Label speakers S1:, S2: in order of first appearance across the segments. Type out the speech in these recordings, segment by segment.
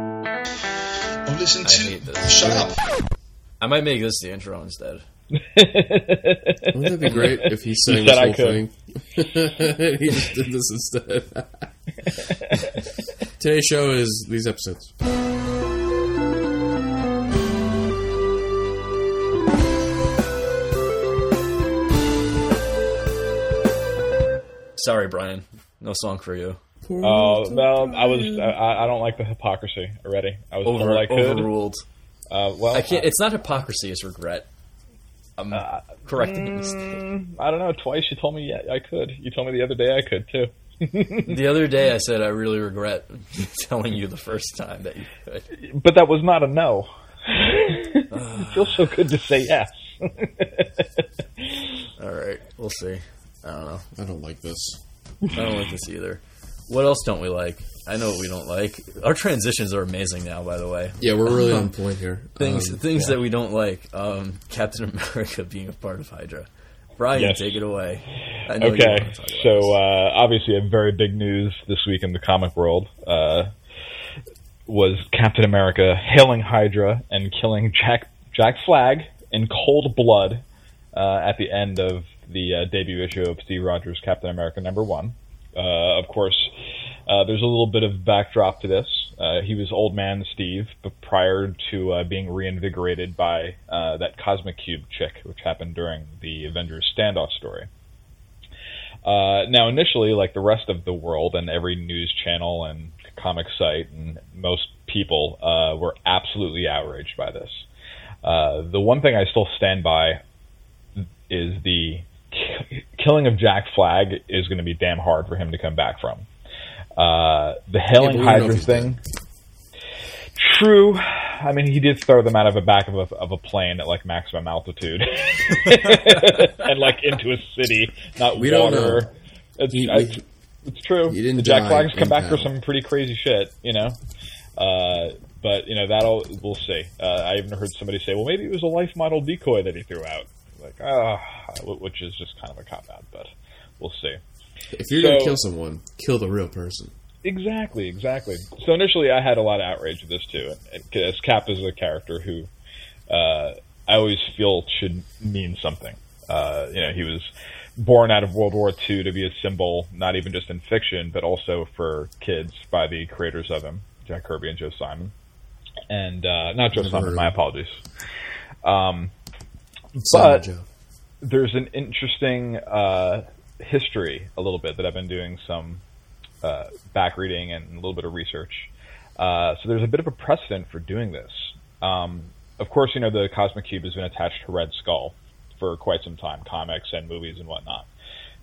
S1: Or listen
S2: I hate
S1: to.
S2: this.
S1: Shut up.
S2: I might make this the intro instead.
S3: Wouldn't that be great if he sang
S4: said
S3: this
S4: I
S3: whole thing?
S4: could.
S3: he just did this instead. Today's show is these episodes.
S2: Sorry, Brian. No song for you.
S4: Oh no, I was. I, I don't like the hypocrisy already. I was told
S2: Over,
S4: I could.
S2: overruled.
S4: Uh, well,
S2: I can't. It's not hypocrisy. It's regret. I'm
S4: Uh,
S2: correcting the mistake.
S4: I, don't know. Twice you told me yeah, I could. You told me the other day I could too.
S2: The other day, I said I really regret telling you the first time that you could.
S4: But that was not a no. it feels so good to say yes.
S2: All right, we'll see. I don't know.
S3: I don't like this.
S2: I don't like this either. What else don't we like? I know what we don't like. Our transitions are amazing now, by the way.
S3: Yeah, we're really on point here.
S2: Things
S3: Um,
S2: things that we don't like. Um, Captain America being a part of Hydra. Brian,
S4: Yes.
S2: take it away. I know you
S4: Okay,
S2: wanna talk about
S4: so
S2: this.
S4: uh, obviously, a very big news this week in the comic world uh, was Captain America hailing Hydra and killing Jack Jack Flag in cold blood uh, at the end of the uh, debut issue of Steve Rogers' Captain America number one. Uh, of course, uh, there's a little bit of backdrop to this. Uh, he was old man Steve, but prior to uh, being reinvigorated by uh, that Cosmic Cube chick, which happened during the Avengers standoff story. Uh, now, initially, like the rest of the world and every news channel and comic site and most people uh, were absolutely outraged by this. Uh, the one thing I still stand by is the ki- killing of Jack Flag is going to be damn hard for him to come back from. Uh, the
S3: but
S4: Hailing
S3: we don't know if
S4: Hydra
S3: he's
S4: thing. True. I mean, he did throw them out of the back of a, of a plane at like maximum altitude, and like into a city, not
S3: We don't
S4: water.
S3: know.
S4: It's,
S3: He-
S4: it's, it's true.
S3: he didn't
S4: The Jack
S3: die
S4: Flag's come
S3: in
S4: back for
S3: battle.
S4: some pretty crazy shit, you know. Uh, but you know that'll we'll see. Uh, I even heard somebody say, "Well, maybe it was a life model decoy that he threw out," like ah, wh- which is just kind of a cop out, but we'll see.
S3: if you're going to
S4: so-
S3: kill someone, kill the real person.
S4: Exactly, exactly. So initially, I had a lot of outrage at this too, and- and- as Cap is a character who uh, I always feel should mean something. Uh, you know, he was born out of World War II to be a symbol, not even just in fiction, but also for kids by the creators of him, Jack Kirby and Joe Simon, and uh, not Joe
S3: Never heard
S4: Simon.
S3: of
S4: My
S3: him.
S4: apologies. Um,
S3: Simon Joe.
S4: there's an interesting uh, history a little bit that I've been doing some uh, back reading and a little bit of research. Uh, so there's a bit of a precedent for doing this. Um, of course, you know the cosmic cube has been attached to Red Skull for quite some time, comics and movies and whatnot.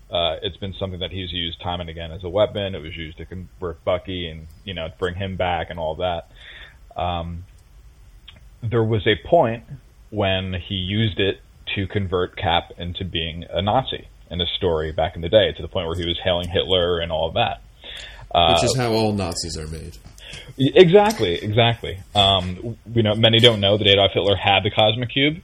S4: Uh, it's been something that he's used time and again as a weapon. It was used to convert Bucky and you know bring him back and all that. Um, there was a point when he used it to convert Cap into being a Nazi in his story back in the day, to the point where he was hailing Hitler and all of that. uh,
S3: Which is how all Nazis are made.
S4: E, Exactly, exactly. Um, you know, many don't know that Adolf Hitler had the Cosmic Cube,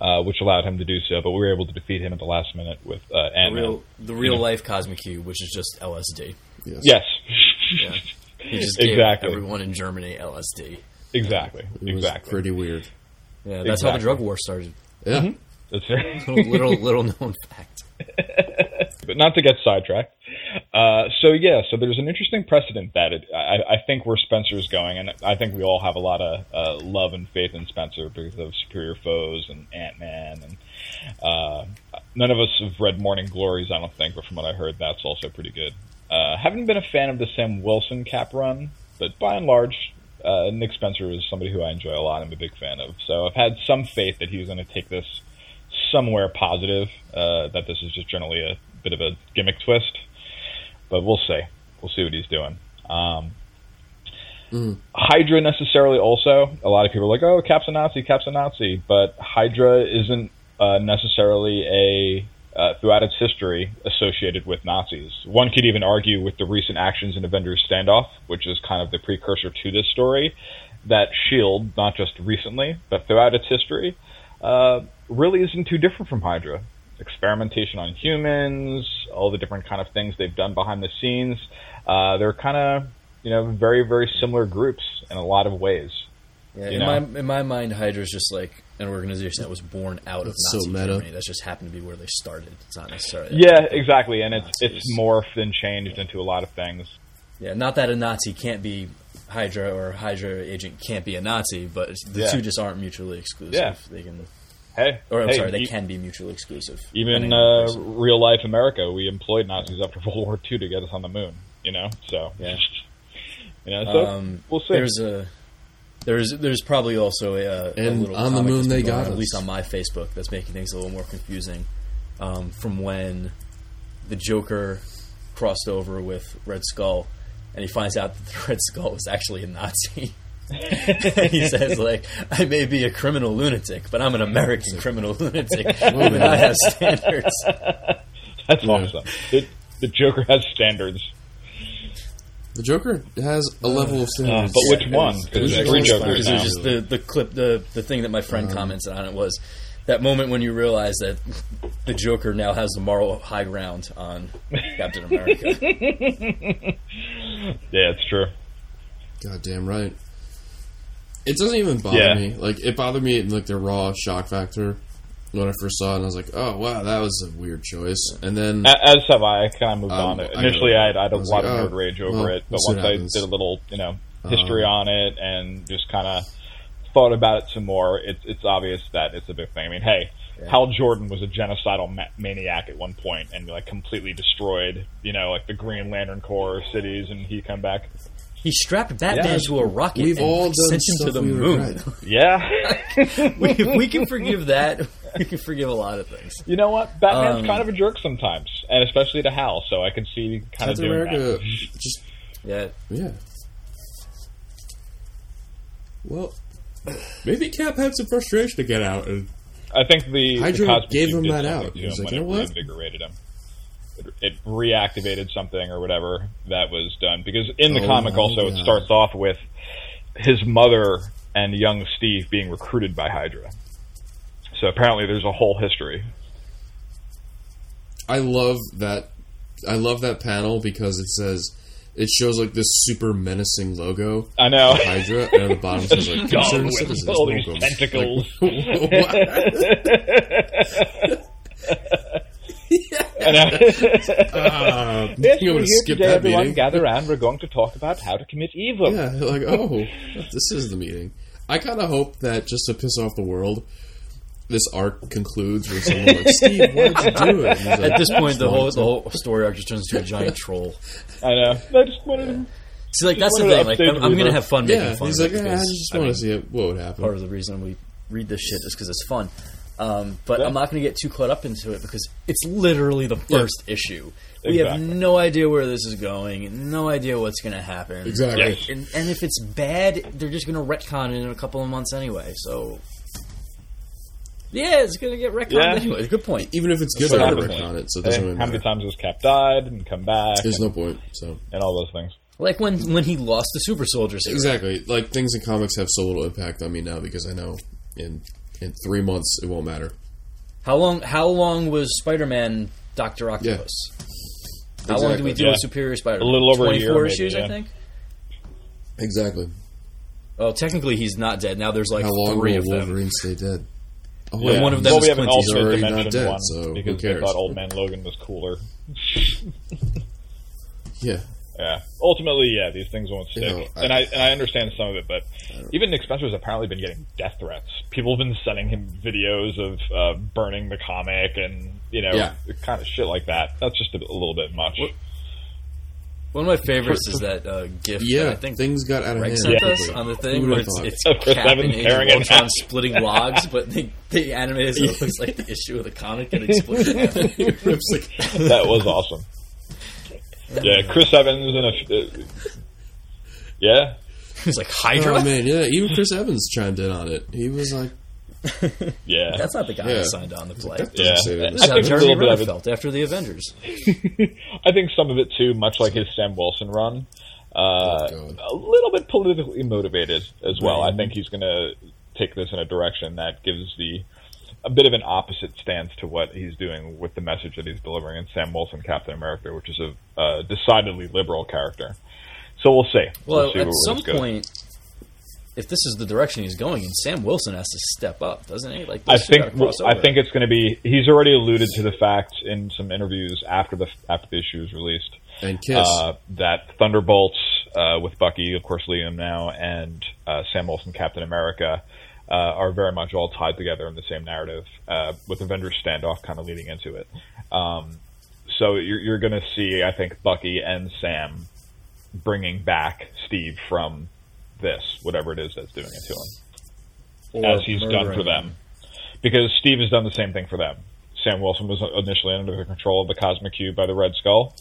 S4: uh, which allowed him to do so. But we were able to defeat him at the last minute with uh,
S2: the
S4: Ant Man.
S2: real the real life Cosmic Cube, which is just LSD.
S3: Yes.
S4: Yes,
S2: Yeah. He just gave
S4: exactly,
S2: everyone in Germany LSD.
S4: exactly,
S3: It was
S4: exactly.
S3: pretty weird.
S2: Yeah, that's how the
S4: Exactly.
S2: drug war started.
S3: Yeah.
S4: Mm-hmm. That's very-
S2: Little little, little known fact.
S4: but not to get sidetracked. Uh, so yeah, so there's an interesting precedent that it, I, I think where Spencer's going, and I think we all have a lot of uh, love and faith in Spencer because of Superior Foes and Ant Man, and uh, none of us have read Morning Glories, I don't think, but from what I heard, that's also pretty good. Uh, haven't been a fan of the Sam Wilson cap run, but by and large. Uh, Nick Spencer is somebody who I enjoy a lot. I'm a big fan of, so I've had some faith that he was going to take this somewhere positive uh, that this is just generally a bit of a gimmick twist. But we'll see. We'll see what he's doing. Um, Hydra necessarily also. A lot of people are like, oh, Cap's a Nazi, Cap's a Nazi. But Hydra isn't uh, necessarily a, uh, throughout its history, associated with Nazis. One could even argue with the recent actions in Avengers Standoff, which is kind of the precursor to this story, that S.H.I.E.L.D., not just recently, but throughout its history, uh, really isn't too different from Hydra. experimentation on humans, all the different kind of things they've done behind the scenes. Uh, they're kind of you know very very similar groups in a lot of ways.
S2: Yeah,
S4: You
S2: in
S4: know?
S2: my in my mind, Hydra is just like an organization that was born out of
S3: That's so
S2: Nazi
S3: meta.
S2: Germany. That's just happened to be where they started. It's not necessarily
S4: Yeah, exactly, and it's
S2: Nazis.
S4: it's morphed and changed into a lot of things.
S2: yeah. Not that a Nazi can't be Hydra or a Hydra agent can't be a Nazi, but it's- the
S4: Yeah.
S2: two just aren't mutually exclusive.
S4: Yeah.
S2: They can,
S4: Hey,
S2: or I'm
S4: hey,
S2: sorry, they
S4: e-
S2: can be mutually exclusive.
S4: even
S2: depending on the
S4: uh,
S2: person.
S4: real life America, we employed Nazis after World War II to get us on the moon. You know, so
S2: Yeah.
S4: you know, so
S2: Um,
S4: we'll see.
S2: there's a there's there's probably also a, a
S3: And
S2: little
S3: on the
S2: comic
S3: moon
S2: that's been
S3: they
S2: going
S3: got
S2: on, at
S3: us.
S2: least on my Facebook that's making things a little more confusing um, from when the Joker crossed over with Red Skull and he finds out that the Red Skull was actually a Nazi. and he says, like, I may be a criminal lunatic, but I'm an American criminal lunatic. Even I have standards.
S4: That's
S3: Yeah.
S4: awesome. The, the Joker has standards,
S3: The Joker has a level of
S4: uh,
S3: standards.
S4: but which
S3: it
S4: one?
S3: was Uh-huh.
S4: Because every
S3: Joker's
S4: Joker
S3: fine,
S4: is
S2: because it was just
S4: now.
S2: the, the clip the the thing that my friend commented on it was that moment when you realize that the Joker now has the moral high ground on Captain America.
S4: Yeah, it's true.
S3: Goddamn right. It doesn't even bother
S4: Yeah.
S3: me. Like it bothered me in like the raw shock factor when I first saw it, and I was like, "Oh wow, that was a weird choice." And then
S4: A- Uh, As have I. I kind of moved
S3: Um,
S4: on.
S3: I
S4: It. Initially, I,
S3: know.
S4: had, I had
S3: I
S4: a
S3: was
S4: lot
S3: like,
S4: of
S3: oh,
S4: nerd rage over
S3: well,
S4: it,
S3: we'll
S4: but
S3: see
S4: once
S3: what
S4: I
S3: happens. Um,
S4: did a little, you know, history on it and just kind of thought about it some more, it's it's obvious that it's a big thing. I mean, hey, Hal Jordan was a genocidal ma- maniac at one point and like completely destroyed, you know, like the Green Lantern Corps cities, and he come back.
S2: He strapped Batman
S4: Yeah.
S2: to a rocket
S3: we've
S2: and
S3: all done
S2: sent him
S3: stuff
S2: to the
S3: we
S2: moon.
S3: regret.
S4: Yeah.
S2: we, if we can forgive that. We can forgive a lot of things.
S4: You know what? Batman's
S2: Um,
S4: kind of a jerk sometimes, and especially to Hal. So I can see kind
S3: Captain
S4: of doing
S3: America
S4: that.
S3: just
S2: Yeah,
S3: yeah. Well, maybe Cap had some frustration to get out, and
S4: I think the,
S3: Hydra
S4: the Cosmic
S3: gave
S4: Cube
S3: him
S4: did
S3: that
S4: something
S3: out.
S4: to
S3: He was
S4: him
S3: like,
S4: when
S3: "You know
S4: it
S3: what?"
S4: reinvigorated him. It, it reactivated something or whatever that was done because in the
S3: Oh
S4: comic
S3: my
S4: also it
S3: God.
S4: starts off with his mother and young Steve being recruited by Hydra. So apparently there's a whole history.
S3: I love that. I love that panel because it says it shows like this super menacing logo.
S4: I know.
S3: Hydra, and at the bottom says like
S4: Skull
S3: concerned
S4: with
S3: citizens
S4: all these
S3: welcome.
S4: tentacles.
S3: Like, what?
S4: I know.
S3: Uh,
S4: Yes,
S3: you want
S4: we're here
S3: to skip
S4: today,
S3: that
S4: everyone.
S3: meeting?
S4: Gather around. We're going to talk about how to commit evil.
S3: Yeah, like oh, this is the meeting. I kind of hope that just to piss off the world, this arc concludes with someone like Steve, why'd you do it? And he's like,
S2: at this point, the
S3: "Just
S2: whole
S3: wanted to."
S2: the whole story arc just turns into a giant troll.
S4: I know. I just wanted to
S2: See, like that's the
S4: wanted to
S2: thing. Like,
S4: update
S2: I'm, I'm
S4: Reaver.
S2: gonna have fun making
S3: yeah,
S2: fun.
S3: he's
S2: of
S3: like,
S2: it
S3: yeah, I
S2: because,
S3: just
S2: I
S3: want
S2: mean,
S3: to see it. What would
S2: part
S3: happen?
S2: of the reason we read this shit is because it's fun. Um, but I'm not going to get too caught up into it because it's literally the first issue. We have
S4: Exactly.
S2: no idea where this is going, no idea what's going to happen.
S3: Exactly.
S4: Yes.
S2: And, and if it's bad, they're just going to retcon it in a couple of months anyway. So, yeah, it's going to get retconned
S4: Yeah.
S2: anyway. Good point.
S3: Even if it's good,
S4: what
S3: I
S4: happens.
S3: would on it, so it
S4: Hey,
S3: doesn't really
S4: Eh, how many
S3: matter.
S4: times has Cap died and come back and,
S3: There's no point. So
S4: and all those things?
S2: Like when when he lost the super soldier serum.
S3: exactly, like things in comics have so little impact on me now because I know in in three months it won't matter.
S2: How long? How long was Spider-Man Doctor Octopus? How long do we
S3: Exactly.
S2: do
S4: Yeah.
S2: with Superior Spider-Man?
S4: A little over a year,
S2: 24
S4: maybe,
S2: issues, I
S4: yeah.
S2: think.
S3: Exactly.
S2: Well, technically, he's not dead. Now there's like
S3: How long
S2: three
S3: will
S2: of them.
S3: Wolverine stay dead? Oh,
S2: Yeah. One of them
S4: well,
S2: is
S4: we have an
S2: Clint. He's
S4: alternate
S3: already not
S4: dimension
S3: dead,
S4: one
S3: so who
S4: because they
S3: cares?
S4: thought Old Man Logan was cooler.
S3: Yeah.
S4: Yeah. Ultimately, yeah, these things won't stick.
S3: You know, I-
S4: and I and I understand some of it, but even Nick Spencer's apparently been getting death threats. People have been sending him videos of uh, burning the comic and you know
S3: Yeah.
S4: kind of shit like that. That's just a, a little bit much.
S2: One of my favorites is that uh, gift.
S3: Yeah,
S2: that I think
S3: things got out of
S2: Greg
S3: hand.
S2: sent us
S3: quickly.
S2: on the
S3: Who
S2: thing.
S3: would've
S2: Where it's,
S3: thought?
S2: it's
S4: Of course,
S2: Cap
S4: I've been
S2: and
S4: staring
S2: Agent
S4: at
S2: Voltron
S4: that.
S2: splitting logs, but they they animated so it looks like the issue of the comic that exploded.
S3: He rips the-
S4: that was awesome. Yeah, Chris Evans and a. uh, yeah,
S2: He's like
S3: oh
S2: Hydra.
S3: man, yeah. Even Chris Evans chimed in on it. He was like,
S4: yeah.
S2: That's not the guy
S3: Yeah.
S2: that signed on the play.
S3: doesn't
S4: Yeah.
S3: say that.
S2: This is
S4: I
S2: how
S4: think a
S2: Jeremy
S4: little bit
S2: Renner
S4: of it-
S2: felt after the Avengers.
S4: I think some of it too, much like his Sam Wilson run, uh,
S3: God.
S4: a little bit politically motivated as well. I think he's going to take this in a direction that gives the a bit of an opposite stance to what he's doing with the message that he's delivering in Sam Wilson Captain America, which is a uh, decidedly liberal character. So we'll see.
S2: Well,
S4: We'll see
S2: at
S4: where this
S2: some
S4: goes.
S2: point, if this is the direction he's going, and Sam Wilson has to step up, doesn't he? Like,
S4: I
S2: those two
S4: think
S2: gotta cross
S4: I
S2: over.
S4: think it's going to be. He's already alluded to the fact in some interviews after the after the issue is released
S3: and Kiss.
S4: uh, that Thunderbolts uh, with Bucky, of course, Liam now, and uh, Sam Wilson, Captain America, uh, are very much all tied together in the same narrative, uh, with Avengers standoff kind of leading into it. Um, so you're, you're going to see, I think, Bucky and Sam bringing back Steve from this, whatever it is that's doing it to him
S2: Or
S4: as he's done
S2: murdering
S4: for
S2: him.
S4: them. Because Steve has done the same thing for them. Sam Wilson was initially under the control of the Cosmic Cube by the Red Skull.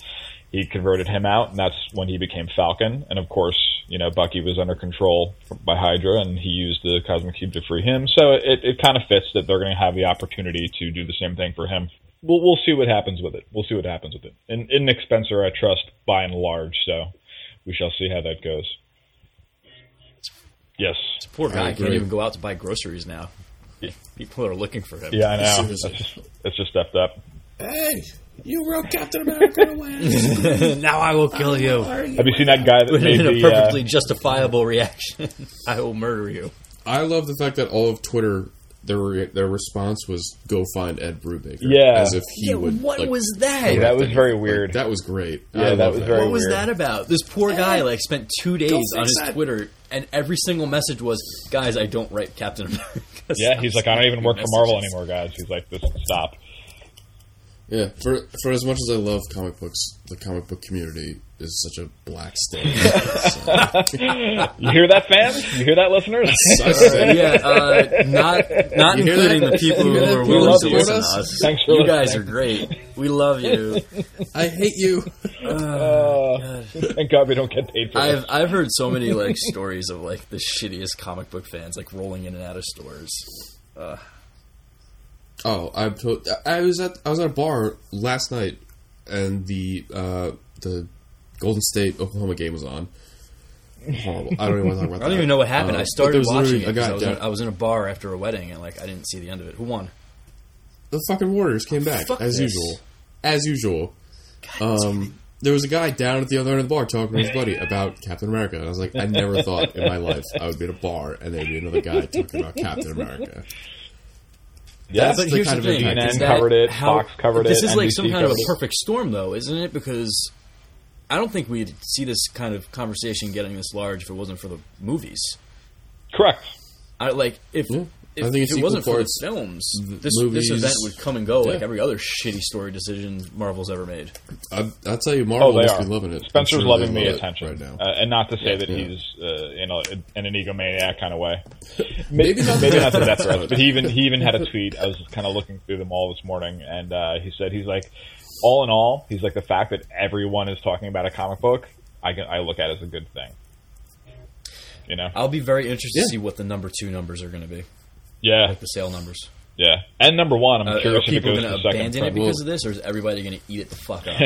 S4: He converted him out, and that's when he became Falcon. And of course, you know, Bucky was under control by Hydra, and he used the Cosmic Cube to free him. So it, it kind of fits that they're going to have the opportunity to do the same thing for him. We'll, we'll see what happens with it. We'll see what happens with it. And, and Nick Spencer, I trust by and large, so we shall see how that goes. Yes.
S2: Poor guy
S3: I
S2: can't
S3: agree.
S2: even go out to buy groceries now. People are looking for him.
S4: Yeah, I know. That's
S3: Seriously.
S4: just, that's just effed up.
S3: hey, you wrote Captain America away.
S2: now I will kill you.
S4: Have you seen that guy that made
S2: In a
S4: the? uh,
S2: perfectly justifiable reaction, I will murder you.
S3: I love the fact that all of Twitter, their re- their response was "Go find Ed Brubaker."
S4: Yeah.
S3: as if he would.
S2: what
S3: like,
S2: was
S3: correct
S2: that?
S4: that was
S3: them.
S4: very
S3: Like,
S4: weird.
S3: that was great.
S4: Yeah,
S3: I
S4: that
S3: love
S4: was very-
S2: What was
S4: weird.
S2: that about? This poor guy like spent two days
S3: fix
S2: on his
S3: that.
S2: Twitter, and every single message was, "Guys, I don't write Captain America."
S4: yeah, he's like, I don't even work for Marvel
S2: Messages.
S4: anymore, guys. He's like, this stop.
S3: Yeah, for for as much as I love comic books, the comic book community is such a black stain.
S4: You hear that, fans? You hear that, listeners?
S3: Sucks.
S2: yeah, uh, not not
S3: You hear
S2: including
S3: that?
S2: the people who
S3: You hear that?
S2: are
S3: We
S2: willing
S4: love
S2: to
S4: you.
S2: listen to us.
S4: Thanks for
S2: You
S4: listening.
S2: guys are great. We love you.
S3: I hate you.
S4: Uh, thank God we don't get paid for
S2: I've
S4: it.
S2: I've heard so many like stories of like the shittiest comic book fans like rolling in and out of stores.
S3: Oh, I'm. To- I was at I was at a bar last night, and the uh, the Golden State Oklahoma game was on. Horrible. I don't even want to talk about that. Uh,
S2: I don't even know what happened.
S3: Oh.
S2: I started watching it. 'cause I was, in,
S3: down,
S2: I was in a bar after a wedding and like I didn't see the end of it. Who won?
S3: the fucking Warriors came back
S2: Fuck
S3: as
S2: this.
S3: usual, as usual. Um, there was a guy down at the other end of the bar talking to his buddy about Captain America, and I was like, I never thought in my life I would be at a bar and there'd be another guy talking about Captain America.
S4: Yeah,
S3: That's- the kind of impact.
S2: is
S4: CNN
S2: that
S4: covered it,
S2: how-
S4: Fox covered
S2: This
S4: it,
S2: is like
S4: NBC
S2: some kind of
S4: covered it.
S2: a perfect storm, though, isn't it? Because I don't think we'd see this kind of conversation getting this large if it wasn't for the movies.
S4: correct.
S2: I like if.
S3: Yeah.
S2: If,
S3: I think it's
S2: if it
S3: equal
S2: wasn't for the
S3: parts
S2: films,
S3: m-
S2: this
S3: movies.
S2: this event would come and go like
S3: Yeah.
S2: every other shitty story decision Marvel's ever made.
S3: I, I'll tell you,
S4: Oh,
S3: Marvel
S4: they
S3: must
S4: are.
S3: be loving it. I'm
S4: Spencer's
S3: sure
S4: loving
S3: they
S4: the
S3: love it
S4: attention,
S3: right now.
S4: uh, and not to say that
S3: Yeah.
S4: he's uh, you know in an egomaniac kind of way.
S3: Maybe not.
S4: Maybe not the death threats, but he even he even had a tweet. I was kind of looking through them all this morning, and uh, he said he's like, all in all, he's like the fact that everyone is talking about a comic book. I can, I look at as a good thing. You know,
S2: I'll be very interested
S3: Yeah.
S2: to see what the number two numbers are going to be,
S4: yeah,
S2: the sale numbers.
S4: yeah. And number one, I'm
S2: Uh, are
S4: curious if it
S2: people
S4: goes
S2: going to
S4: to second.
S2: abandon it
S3: probably.
S2: because of this, or is everybody going to eat it the fuck up?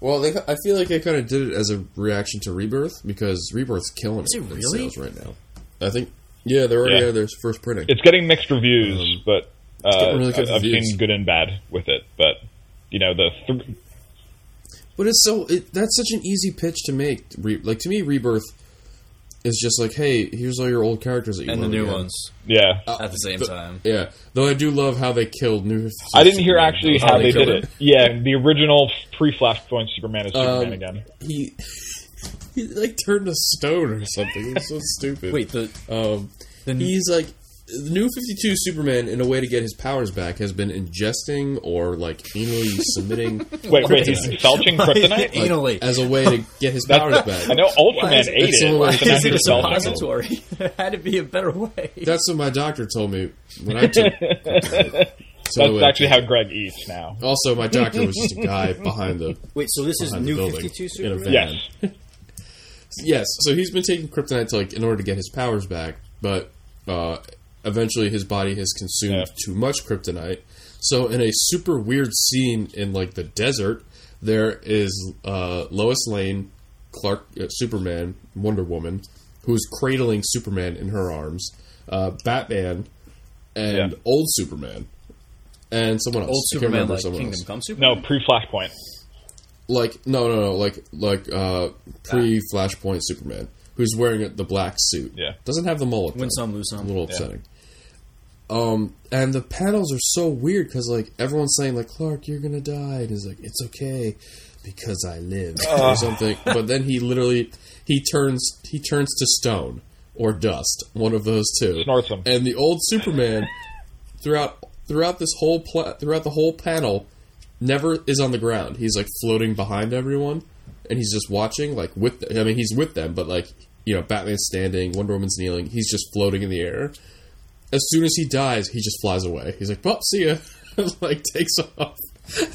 S3: Well, they, I feel like they kind of did it as a reaction to Rebirth because Rebirth's killing
S2: Is it
S3: in
S2: really?
S3: sales right now. I think. Yeah, they're already
S4: Yeah.
S3: out of their first printing.
S4: It's getting mixed reviews,
S3: Um,
S4: but uh,
S3: getting really good
S4: I- I've
S3: reviews.
S4: seen good and bad with it. But you know, the th-
S3: But it's so it, that's such an easy pitch to make. Re, like to me, Rebirth is just like, hey, here's all your old characters that you
S2: and the
S3: love
S2: new
S3: again.
S2: ones
S4: yeah,
S2: at the same
S3: Th-
S2: time.
S3: Yeah, though I do love how they killed New.
S4: I didn't hear actually
S3: Superman.
S4: how
S3: Oh,
S4: they did
S3: killed
S4: it. Yeah, the original pre-Flashpoint Superman is Superman
S3: Um,
S4: again.
S3: him. He he like turned to stone or something. It was so stupid.
S2: Wait, the
S3: um,
S2: the
S3: he's like the new 52 superman in a way to get his powers back has been ingesting or like anally submitting
S4: Wait, wait, he's felching kryptonite?
S3: like,
S2: anally.
S3: as a way to get his powers back
S4: I know
S2: Why
S4: Ultraman
S2: is it-
S4: ate
S3: it's the
S4: it.
S3: only way
S4: Why
S3: to
S4: did
S3: fix
S4: he
S3: it.
S2: it's a
S4: sell
S3: It's
S4: it?
S3: possible.
S2: repository. there had to be a better way.
S3: that's what my doctor told me when i took
S4: That's actually how Greg eats now.
S3: also my doctor was just a guy behind the
S5: Wait, so this is
S3: behind
S5: new
S3: the building
S5: 52
S3: in a
S5: Superman?
S3: van.
S4: Yes.
S3: Yes, so he's been taking kryptonite to, like in order to get his powers back, but uh, eventually his body has consumed
S4: Yeah.
S3: too much kryptonite. So in a super weird scene in like the desert, there is uh, Lois Lane, Clark, uh, Superman, Wonder Woman, who is cradling Superman in her arms. Uh, Batman and
S4: Yeah.
S3: old Superman and someone
S2: Old
S3: else. I can't
S2: Superman,
S3: remember
S2: like
S3: someone
S2: Kingdom
S3: else.
S2: Come Superman.
S4: No, pre Flashpoint.
S3: Like no, no, no, like like uh, pre Flashpoint Superman, who's wearing the black suit.
S4: Yeah.
S3: doesn't have the mullet.
S2: win
S3: though.
S2: some, lose
S3: a
S2: some.
S3: little upsetting. Um, and the panels are so weird because like everyone's saying like Clark, you're gonna die, and he's like, it's okay because I live or something. But then he literally he turns he turns to stone or dust, one of those two.
S4: Snorts him.
S3: And the old Superman throughout throughout this whole pla- throughout the whole panel never is on the ground. He's like floating behind everyone, and he's just watching. Like with, I mean, he's with them, but like you know, Batman's standing, Wonder Woman's kneeling. He's just floating in the air. As soon as he dies, he just flies away. He's like, "Well, see ya," and, like takes off.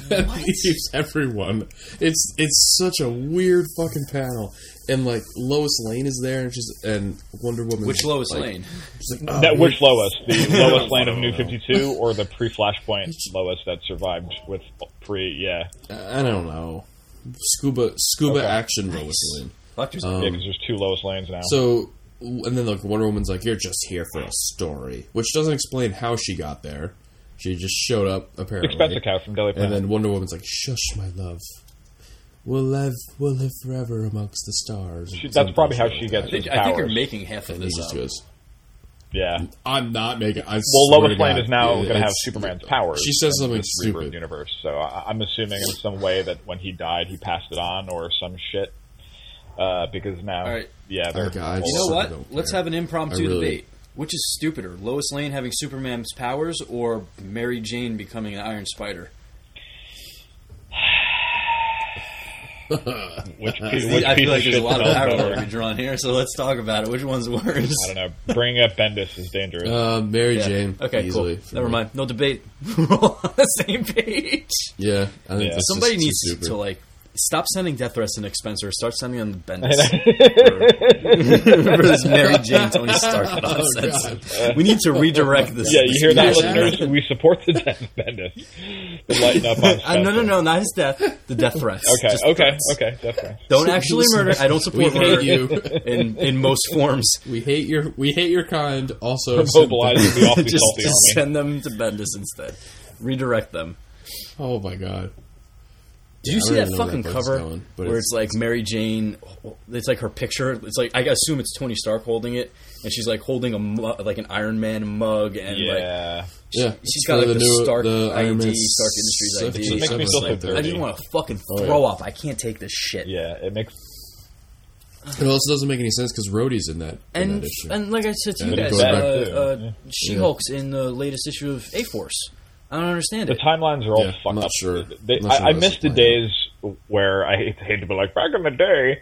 S3: And leaves everyone. It's it's such a weird fucking panel. And like Lois Lane is there, and she's and Wonder Woman.
S2: Which Lois
S3: like,
S2: Lane?
S3: she's like, "Oh,
S4: That
S3: you're
S4: which Lois? The Lois Lane of New
S3: know.
S4: Fifty Two, or the pre Flashpoint Lois that survived with pre? Yeah,
S3: I don't know. Scuba scuba
S4: Okay.
S3: action Lois Lane.
S2: Electra's
S4: yeah, because there's two Lois Lanes now.
S3: So and then like Wonder Woman's like, You're just here for a story which doesn't explain how she got there. She just showed up apparently.
S4: Expensicow from Daily
S3: And
S4: Planet.
S3: then Wonder Woman's like, Shush my love. We'll live we'll live forever amongst the stars.
S4: She- that's probably how she gets
S3: it.
S4: it.
S2: I think you're
S4: powers.
S2: making half of
S3: He
S2: this
S3: just
S2: up.
S3: goes,
S4: yeah.
S3: I'm not making I
S4: Well,
S3: swear
S4: Lois
S3: to
S4: Lane
S3: God,
S4: is now
S3: it-
S4: going to have
S3: it's-
S4: Superman's powers.
S3: She says
S4: in
S3: something
S4: this rebirth
S3: stupid.
S4: Universe. So I, I'm assuming in some way that when he died, he passed it on or some shit. Uh, because now,
S2: All right.
S4: yeah, they're
S3: Oh, God,
S2: You
S3: I
S2: know
S3: also
S2: what?
S3: don't
S2: Let's
S3: care.
S2: have an impromptu
S3: I really-
S2: debate. Which is stupider, Lois Lane having Superman's powers or Mary Jane becoming an Iron Spider?
S4: which, piece- which
S2: I
S4: piece
S2: feel like
S4: of
S2: there's a
S4: shit
S2: lot of
S4: develops
S2: parallels
S4: better?
S2: to be drawn here, so let's talk about it. Which one's worse?
S4: I don't know. Bringing up Bendis is dangerous.
S3: Uh, Mary
S2: Yeah.
S3: Jane.
S2: Okay,
S3: easily
S2: cool.
S3: for
S2: Never
S3: me.
S2: mind. No debate. We're all on the same page.
S3: Yeah, I think
S4: Yeah.
S3: that's
S2: Somebody
S3: just too
S2: needs
S3: stupid.
S2: to like stop sending death threats to Nick Spencer. Start sending them to Bendis for, for this Mary Jane Tony Stark nonsense. we need to redirect this.
S4: yeah, you hear that,
S2: this-
S4: listeners? We support the death of Bendis. The lighten up on
S2: Uh, no, no,
S4: Spencer.
S2: no, not his death. The death threats.
S4: Okay,
S2: Just
S4: okay,
S2: threats.
S4: okay, definitely.
S2: Don't actually murder. I don't support
S3: We
S2: murder
S3: hate you.
S2: in in most forms.
S3: We hate your we hate your kind. Also,
S4: Mobilizing the awfully
S2: Just,
S4: salty
S2: just
S4: army.
S2: send them to Bendis instead. Redirect them.
S3: oh my god,
S2: Did you
S3: I
S2: see
S3: don't
S2: that
S3: even know where
S2: fucking
S3: that part's
S2: cover
S3: going, but
S2: where
S3: it's-
S2: it's, like Mary Jane? It's like her picture. It's like I assume it's Tony Stark holding it, and she's like holding a mu- like an Iron Man mug, and like
S4: Yeah.
S3: yeah,
S2: she's got like the, Stark ID,
S3: Iron Man
S2: Stark Industries
S3: seven-
S2: ID.
S4: It makes me feel so
S3: like that.
S2: I
S4: dirty.
S2: just want to fucking
S3: yeah.
S2: throw up. I can't take this shit.
S4: Yeah, it makes.
S3: It also doesn't make any sense because Rhodey's in that in
S2: And
S3: that issue.
S2: and like I said to you
S3: And it
S2: guys,
S3: goes
S2: uh,
S3: back
S4: to-
S2: uh,
S4: yeah.
S2: She Hulk's in the latest issue of A Force. I don't understand
S4: The
S2: it.
S4: timelines are all
S3: Yeah,
S4: fucked
S3: I'm not
S4: up.
S3: sure.
S4: They,
S3: I'm not sure
S4: I, I
S3: that's
S4: miss the
S3: the plan.
S4: days where I hate, hate to be like, back in the day.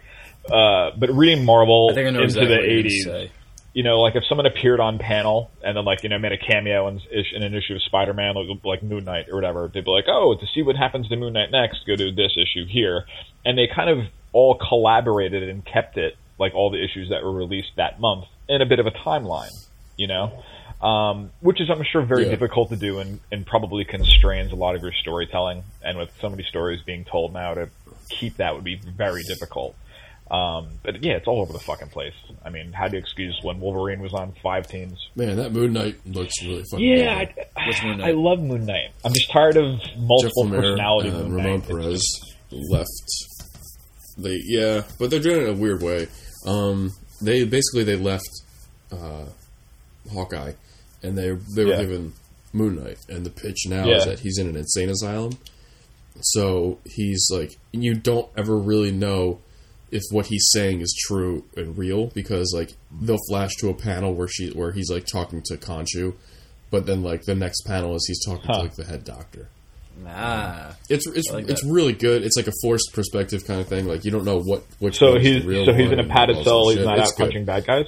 S4: Uh, but reading Marvel
S2: I think I know
S4: into
S2: exactly
S4: the
S2: what you're gonna
S4: 80s,
S2: say.
S4: you know, like if someone appeared on panel and then like you know made a cameo in, in an issue of Spider Man, like, like Moon Knight or whatever, they'd be like, oh, to see what happens to Moon Knight next, go to this issue here, and they kind of all collaborated and kept it like all the issues that were released that month in a bit of a timeline, you know. Um, which is, I'm sure, very
S3: Yeah.
S4: difficult to do, and, and probably constrains a lot of your storytelling. And with so many stories being told now, to keep that would be very difficult. Um, but yeah, it's all over the fucking place. I mean, how do you excuse when Wolverine was on five teams?
S3: Man, that Moon Knight looks really fucking.
S4: Yeah,
S3: bad.
S4: I,
S2: Which Moon
S4: I
S2: Knight?
S4: love Moon Knight. I'm just tired of
S3: Jeff
S4: multiple
S3: Lemire
S4: personality
S3: and
S4: Moon
S3: uh, Ramon
S4: Knight.
S3: Perez left. They yeah, but they're doing it in a weird way. Um, they basically they left uh, Hawkeye, and they they were
S4: Yeah.
S3: given Moon Knight, and the pitch now
S4: Yeah.
S3: is that he's in an insane asylum. So he's like, you don't ever really know if what he's saying is true and real because like they'll flash to a panel where she where he's like talking to Conchu, but then like the next panel is he's talking to
S4: Huh.
S3: like the head doctor.
S2: Ah,
S3: It's it's,
S2: like
S3: it's
S2: that.
S3: really good. It's like a forced perspective kind of thing. Like you don't know what which.
S4: So
S3: one is
S4: he's
S3: the real
S4: so he's
S3: one
S4: in a
S3: and all
S4: padded
S3: this
S4: cell. He's
S3: shit.
S4: not
S3: It's
S4: out punching
S3: good.
S4: bad guys.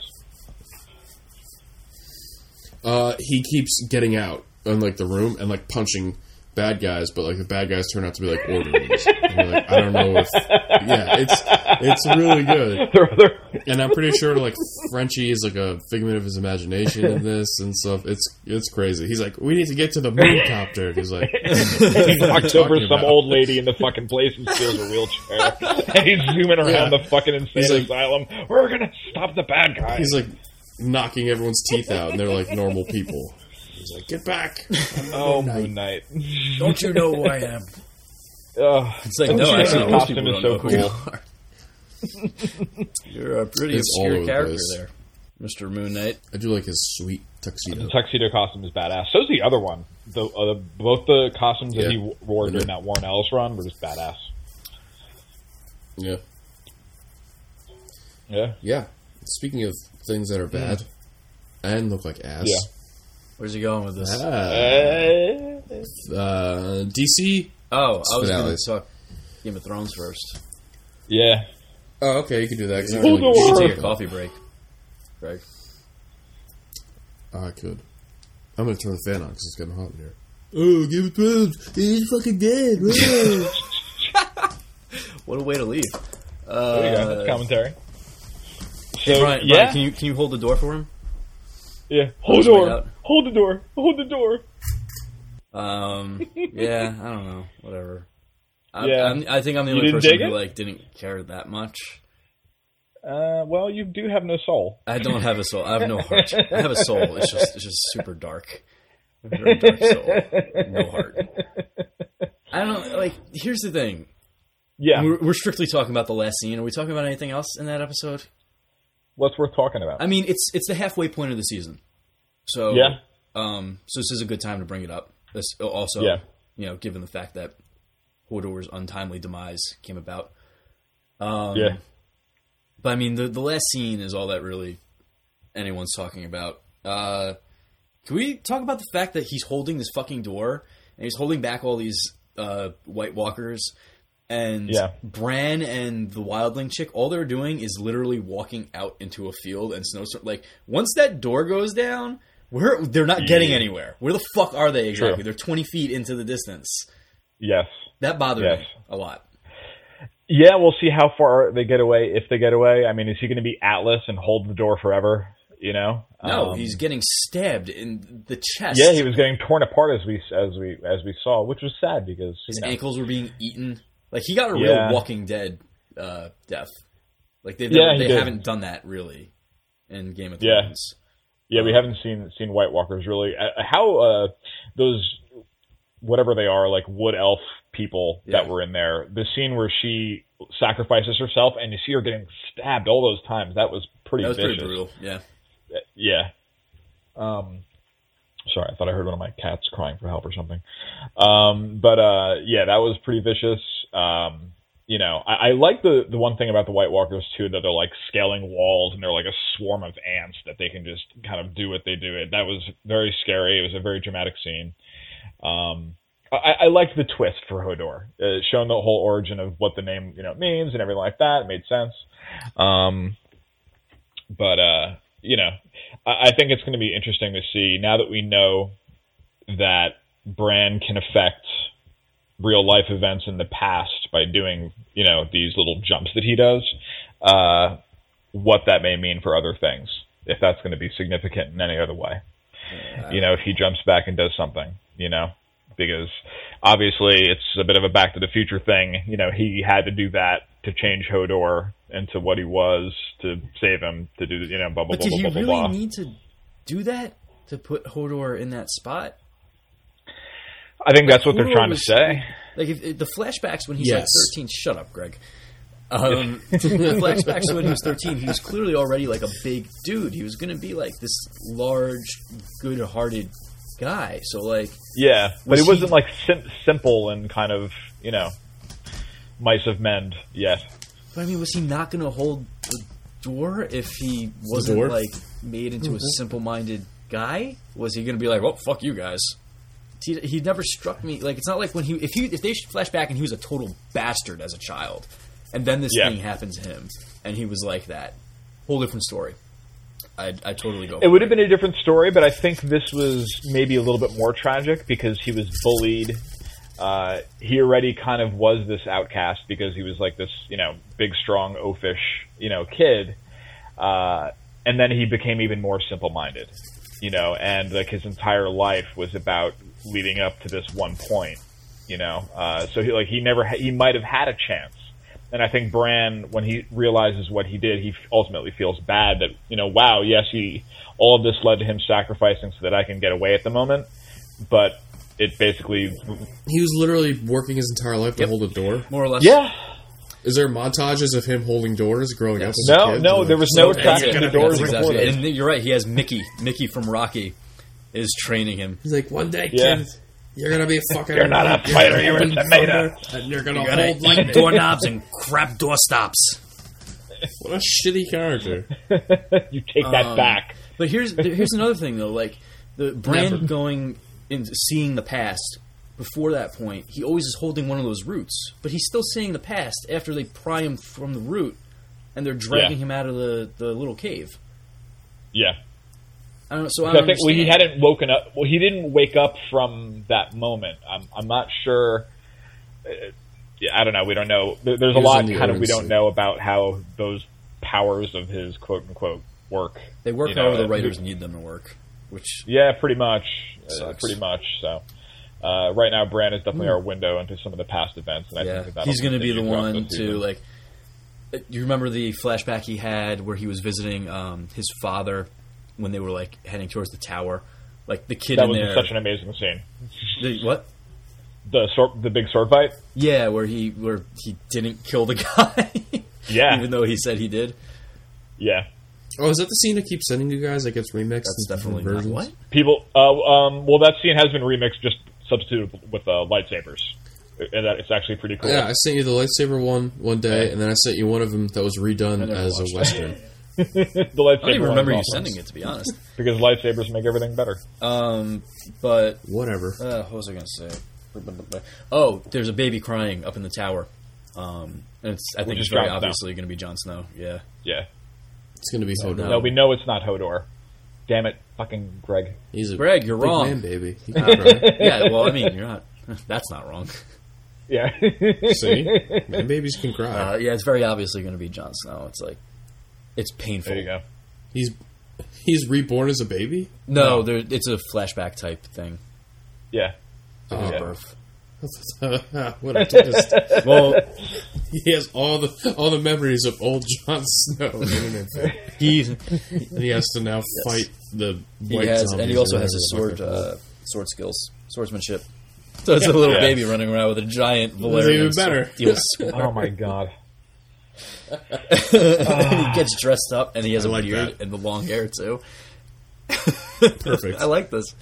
S3: Uh, he keeps getting out in like the room and like punching bad guys, but like the bad guys turn out to be like orderlies. And you're like, I don't know if yeah, it's it's really good.
S4: They're- they're-
S3: And I'm pretty sure like Frenchie is like a figment of his imagination in this and stuff. It's it's crazy. He's like, we need to get to the moon copter. And He's like,
S4: he knocks over
S3: talking
S4: some
S3: about?
S4: old lady in the fucking place and steals a wheelchair, and he's zooming
S3: Yeah.
S4: around the fucking insane
S3: He's like-
S4: asylum. We're gonna stop the bad guys.
S3: he's like knocking everyone's teeth out, and they're like normal people. He's like, get back.
S4: Oh, Moon Knight.
S5: Don't you know who I am?
S4: Ugh.
S2: It's like
S4: I'm
S2: no,
S4: sure
S2: actually,
S4: that
S2: most
S4: costume
S2: people don't
S4: is so
S2: know who
S4: cool.
S2: you are. You're a pretty
S3: It's all
S2: obscure
S3: over the
S2: character
S3: place.
S2: there, Mister Moon Knight.
S3: I do like his sweet tuxedo.
S4: The tuxedo costume is badass. So's the other one. The, uh, the both the costumes
S3: Yeah.
S4: that he w- wore during
S3: Yeah.
S4: that Warren Ellis run were just badass.
S3: Yeah.
S4: Yeah.
S3: Yeah. Speaking of things that are bad and look like ass.
S4: Yeah.
S2: Where's he going with this?
S3: Ah,
S4: Eh.
S3: uh, DC.
S2: Oh, I was going
S3: finales.
S2: to talk Game of Thrones first.
S4: yeah.
S3: Oh, okay, you can do that. 'cause I
S4: Hold
S3: really-
S4: the
S2: You should
S4: Sure.
S2: take a coffee break, Greg.
S3: Oh, I could. I'm gonna turn the fan on because it's getting hot in here. Oh, Game of Thrones, he's fucking dead. Whoa.
S2: What a way to leave.
S4: There you
S2: Uh,
S4: go. That's commentary. So,
S2: hey, Brian,
S4: yeah.
S2: Brian, can you can you hold the door for him?
S4: yeah. Hold the
S2: Straight
S4: door.
S2: out.
S4: Hold the door. Hold the door.
S2: Um, yeah, I don't know. Whatever. I,
S4: Yeah.
S2: I'm, I think I'm the
S4: You
S2: only
S4: didn't
S2: person
S4: dig
S2: who
S4: it?
S2: like didn't care that much.
S4: Uh, well, you do have no soul.
S2: I don't have a soul. I have no heart. I have a soul. It's just it's just super dark. A very dark soul. No heart. I don't like. Here's the thing.
S4: Yeah.
S2: We're, we're strictly talking about the last scene. Are we talking about anything else in that episode?
S4: What's worth talking about?
S2: I mean, it's it's the halfway point of the season. So
S4: yeah.
S2: Um, so this is a good time to bring it up. This also,
S4: Yeah.
S2: you know, given the fact that Hodor's untimely demise came about. Um,
S4: yeah.
S2: But I mean, the the last scene is all that really anyone's talking about. Uh, can we talk about the fact that he's holding this fucking door and he's holding back all these uh, White Walkers and
S4: Yeah.
S2: Bran and the Wildling chick? All they're doing is literally walking out into a field and snowstorm. Like once that door goes down, we're they're not getting anywhere. Where the fuck are they exactly?
S4: True.
S2: They're twenty feet into the distance.
S4: Yes.
S2: That bothered
S4: Yes.
S2: me a lot.
S4: Yeah, we'll see how far they get away if they get away. I mean, is he going to be Atlas and hold the door forever? You know?
S2: No,
S4: Um,
S2: he's getting stabbed in the chest.
S4: yeah, he was getting torn apart as we as we as we saw, which was sad because you
S2: His
S4: know,
S2: ankles were being eaten. Like he got a real
S4: Yeah.
S2: Walking Dead uh, death. Like they've
S4: Yeah,
S2: never-
S4: he
S2: they
S4: did.
S2: haven't done that really in Game of
S4: Yeah.
S2: Thrones.
S4: yeah, we haven't seen seen White Walkers really. Uh, how uh, those whatever they are, like wood elf people that
S2: Yeah.
S4: were in there. The scene where she sacrifices herself and you see her getting stabbed all those times. That was pretty.
S2: That was
S4: vicious.
S2: pretty brutal. Yeah.
S4: Yeah. Um, sorry, I thought I heard one of my cats crying for help or something. Um, but uh, yeah, that was pretty vicious. Um, you know, I, I like the the one thing about the White Walkers too that they're like scaling walls and they're like a swarm of ants that they can just kind of do what they do. It that was very scary. It was a very dramatic scene. Um, I, I liked the twist for Hodor, uh, showing the whole origin of what the name you know means and everything like that. It made sense. Um, but uh, you know, I, I think it's going to be interesting to see now that we know that Bran can affect real life events in the past by doing you know these little jumps that he does. Uh, what that may mean for other things, if that's going to be significant in any other way. You know, if he jumps back and does something, you know, because obviously it's a bit of a Back to the Future thing. You know, he had to do that to change Hodor into what he was to save him to do, you know, blah blah
S2: But
S4: blah
S2: did
S4: blah
S2: he
S4: blah blah.
S2: really
S4: blah.
S2: need to do that to put Hodor in that spot?
S4: I think that's what they're
S2: Hodor
S4: trying to
S2: was-
S4: say.
S2: Like if, if the flashbacks when he's
S3: Yes.
S2: like thirteen. Shut up, Greg. Um, the flashbacks when he was thirteen. He was clearly already like a big dude. He was going to be like this large, good-hearted guy. So like,
S4: Yeah, but
S2: Was
S4: it
S2: he-
S4: wasn't like sim- simple and kind of you know mice of men yet.
S2: but I mean, was he not going to hold the door if he wasn't
S3: door?
S2: like made into
S5: Mm-hmm.
S2: a simple-minded guy? Was he going to be like, "Well, fuck you guys"? He, he never struck me like it's not like when he if he if they flash back and he was a total bastard as a child, and then this
S4: Yeah.
S2: thing happened to him and he was like that. Whole different story. I I totally go.
S4: It would have been a different story, but I think this was maybe a little bit more tragic because he was bullied. Uh, he already kind of was this outcast because he was like this, you know, big, strong, oafish, you know, kid. Uh, and then he became even more simple-minded, you know, and like his entire life was about leading up to this one point, you know. Uh, so he like he never ha- he might have had a chance And I think Bran, when he realizes what he did, he ultimately feels bad that you know, wow, yes, he all of this led to him sacrificing so that I can get away at the moment, but it basically,
S3: He was literally working his entire life to hold a door.
S5: more or less.
S4: yeah,
S3: Is there montages of him holding doors growing up? As a
S4: no,
S3: kid?
S4: no,
S3: Like,
S4: there was no
S5: so
S4: trap
S5: that's
S4: in the
S5: gonna-
S4: doors
S5: that's
S4: before
S5: exactly
S4: this.
S2: And you're right. He has Mickey. Mickey from Rocky is training him.
S3: He's like, one day,
S4: Yeah.
S3: kid, you're gonna be a fucking.
S4: You're not a fighter, you're a
S3: gonna be
S4: tomato.
S3: thunder, And you're gonna
S5: You gotta
S3: hold like
S5: eat doorknobs and crap door stops.
S3: what a shitty character.
S4: you take that back.
S2: But here's here's another thing though. Like the Bran
S3: Never.
S2: going and seeing the past. Before that point, he always is holding one of those roots, but he's still seeing the past after they pry him from the root, and they're dragging
S4: Yeah.
S2: him out of the, the little cave.
S4: Yeah.
S2: I don't. So I,
S4: I
S2: don't
S4: think well, he
S2: understand.
S4: hadn't woken up. Well, he didn't wake up from that moment. I'm, I'm not sure. Uh, yeah, I don't know. We don't know. There, there's
S3: He
S4: a
S3: was
S4: lot
S3: in the
S4: kind of we
S3: urgency.
S4: don't know about how those powers of his quote unquote work.
S2: They work
S4: You know,
S2: however the
S4: uh,
S2: writers need them to work, which
S4: Yeah, pretty much. Uh,
S2: Sucks. Hmm.
S4: pretty much. So. Uh, right now, Bran is definitely our window into some of the past events, and I
S2: yeah,
S4: think that
S2: he's going to be the one
S4: to
S2: to like. uh, You remember the flashback he had where he was visiting um, his father when they were like heading towards the tower, like the kid
S4: That
S2: in
S4: was
S2: there.
S4: such an amazing scene.
S2: the- what?
S4: The sword, the big sword fight.
S2: Yeah, where he where he didn't kill the guy,
S4: Yeah,
S2: even though he said he did.
S4: yeah.
S3: Oh, is that the scene I keep sending you guys that gets remixed?
S2: That's
S3: in
S2: definitely
S3: different
S2: not
S3: versions?
S2: what.
S4: People, uh, um, well, that scene has been remixed, just substituted with uh, lightsabers, and that it's actually pretty cool.
S3: Yeah, I sent you the lightsaber one one day, and then I sent you one of them that was redone
S2: never
S3: as a
S2: watched it.
S3: western.
S4: the lightsaber.
S2: I don't even
S4: one
S2: remember you
S4: is awesome,
S2: sending it to be honest.
S4: because lightsabers make everything better.
S2: Um, but
S3: Whatever.
S2: uh, what was I going to say? Oh, there's a baby crying up in the tower. Um, and it's, I think
S4: is
S2: it's very
S4: Jon Snow.
S2: obviously going to be Jon Snow. Yeah.
S4: Yeah.
S3: It's gonna be so dumb.
S2: Oh.
S4: No, we know it's not Hodor. Damn it, fucking Greg.
S3: He's a
S2: Greg, you're
S3: big
S2: wrong.
S3: man, baby. He can cry.
S2: yeah, well, I mean, you're not. That's not wrong.
S4: Yeah.
S3: See, man, babies can cry.
S2: Uh, yeah, it's very obviously going to be Jon Snow. It's like, it's painful.
S4: there you go.
S3: He's he's reborn as a baby.
S2: No, there, it's a flashback type thing.
S4: Yeah.
S2: Like his
S4: Yeah.
S2: birth.
S3: what a twist.
S2: Well,
S3: He has all the all the memories of old Jon Snow, in an infant.
S2: he's,
S3: and he has to now fight the
S2: he
S3: white
S2: has,
S3: zombies
S2: and he
S3: or
S2: also
S3: whatever
S2: has his
S3: the fuck
S2: sword,
S3: they're called.
S2: uh, sword skills, swordsmanship. So it's a little
S4: Yeah.
S2: baby running around with a giant Valerian
S3: even better.
S2: steel sword.
S4: Oh my god.
S2: he gets dressed up and he has a
S3: like
S2: beard
S3: that.
S2: and the long hair too.
S3: Perfect.
S2: I like this.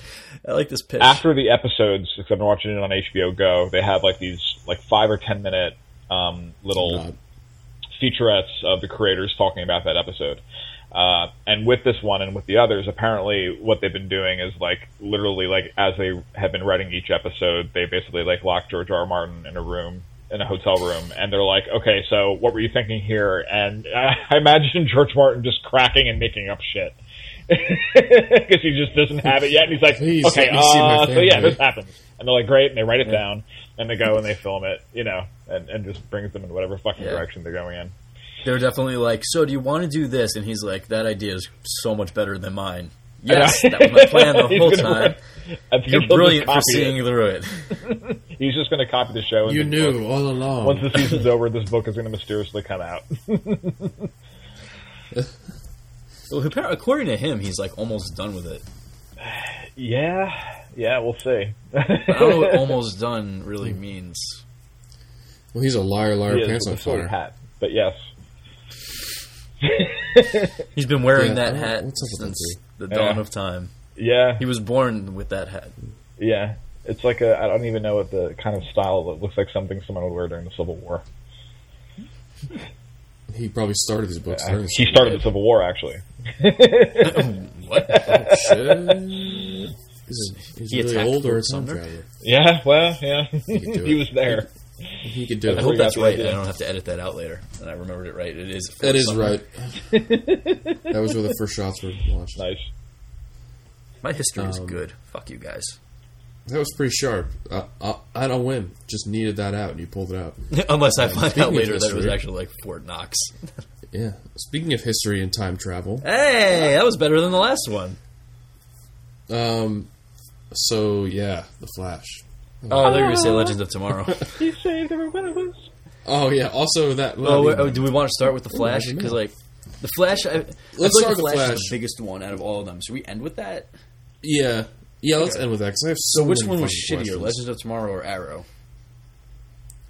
S2: I like this pitch.
S4: After the episodes, because I've been watching it on HBO Go, they have like these like five or ten minute um, little
S3: Oh God.
S4: featurettes of the creators talking about that episode. Uh, and with this one and with the others, apparently what they've been doing is like literally like as they have been writing each episode, they basically like lock George R. R. Martin in a room in a hotel room, and they're like, "Okay, so what were you thinking here?" And I, I imagine George Martin just cracking and making up shit because he just doesn't have it yet, and he's like,
S3: Please,
S4: "Okay,
S3: let me see my
S4: uh, so yeah,
S3: family."
S4: this happens." And they're like, "Great," and they write it down, and they go and they film it, you know, and, and just brings them in whatever fucking
S2: Yeah.
S4: direction they're going in.
S2: They're definitely like, "So do you want to do this?" And he's like, "That idea is so much better than mine." Yes,
S4: Yeah.
S2: that was my plan the
S4: He's
S2: whole
S4: gonna
S2: time.
S4: rip- I think
S2: You're
S4: he'll just
S2: brilliant for
S4: copy
S2: seeing
S4: it.
S2: through it.
S4: He's just going to copy the show. And
S3: You
S4: then
S3: knew all along.
S4: Once the season's over, this book is going to mysteriously come out.
S2: Well, appar- according to him, he's like almost done with it.
S4: yeah, yeah, we'll see.
S2: I don't know what "almost done" really means.
S3: well, he's a liar, liar,
S4: He is
S3: pants
S4: with
S3: on
S4: a sort of
S3: fire.
S4: hat, but yes,
S2: He's been wearing
S3: Yeah, I
S2: that
S3: don't-
S2: hat
S3: what's up with that
S2: since the
S4: Yeah.
S2: dawn of time.
S4: yeah,
S2: He was born with that hat.
S4: yeah. It's like a I don't even know what the kind of style. It looks like something someone would wear during the Civil War.
S3: He probably started his books. during the
S4: He started the Civil War actually.
S2: What?
S3: Shit. He's, he's
S2: He
S3: really
S2: attacked
S3: old or
S2: Lord
S3: it's time
S2: Sumner?
S3: travel.
S4: Yeah, well, yeah,
S3: could do
S4: he
S3: it.
S4: was there.
S3: He could do
S2: I hope
S3: it.
S4: got
S2: that's
S4: the
S2: right.
S4: idea.
S2: and I don't have to edit that out later. And I remembered it right. It is.
S3: That is
S2: something.
S3: right. that was where the first shots were launched.
S4: Nice.
S2: My history is
S3: Um,
S2: good. Fuck you guys.
S3: That was pretty sharp. I, I, I don't win. Just needed that out, and you pulled it out.
S2: Unless I find
S3: speaking
S2: out
S3: of
S2: later that it was
S3: history-
S2: actually like Fort Knox.
S3: Yeah. Speaking of history and time travel,
S2: Hey, that was better than the last one.
S3: um, so yeah, the Flash.
S2: Oh, they're going to say Legends of Tomorrow.
S4: He saved every one of us.
S3: Oh yeah. Also that.
S2: Oh,
S3: I mean,
S2: oh, do we want to start with the Flash? Because like the Flash, I,
S3: Let's
S2: I feel
S3: start
S2: like
S3: with
S2: the Flash,
S3: Flash.
S2: is the biggest one out of all of them. Should we end with that?
S3: yeah. Yeah. Let's end with that because I have so.
S2: So which
S3: many
S2: one was
S3: fucking
S2: shittier,
S3: questions.
S2: Legends of Tomorrow or Arrow?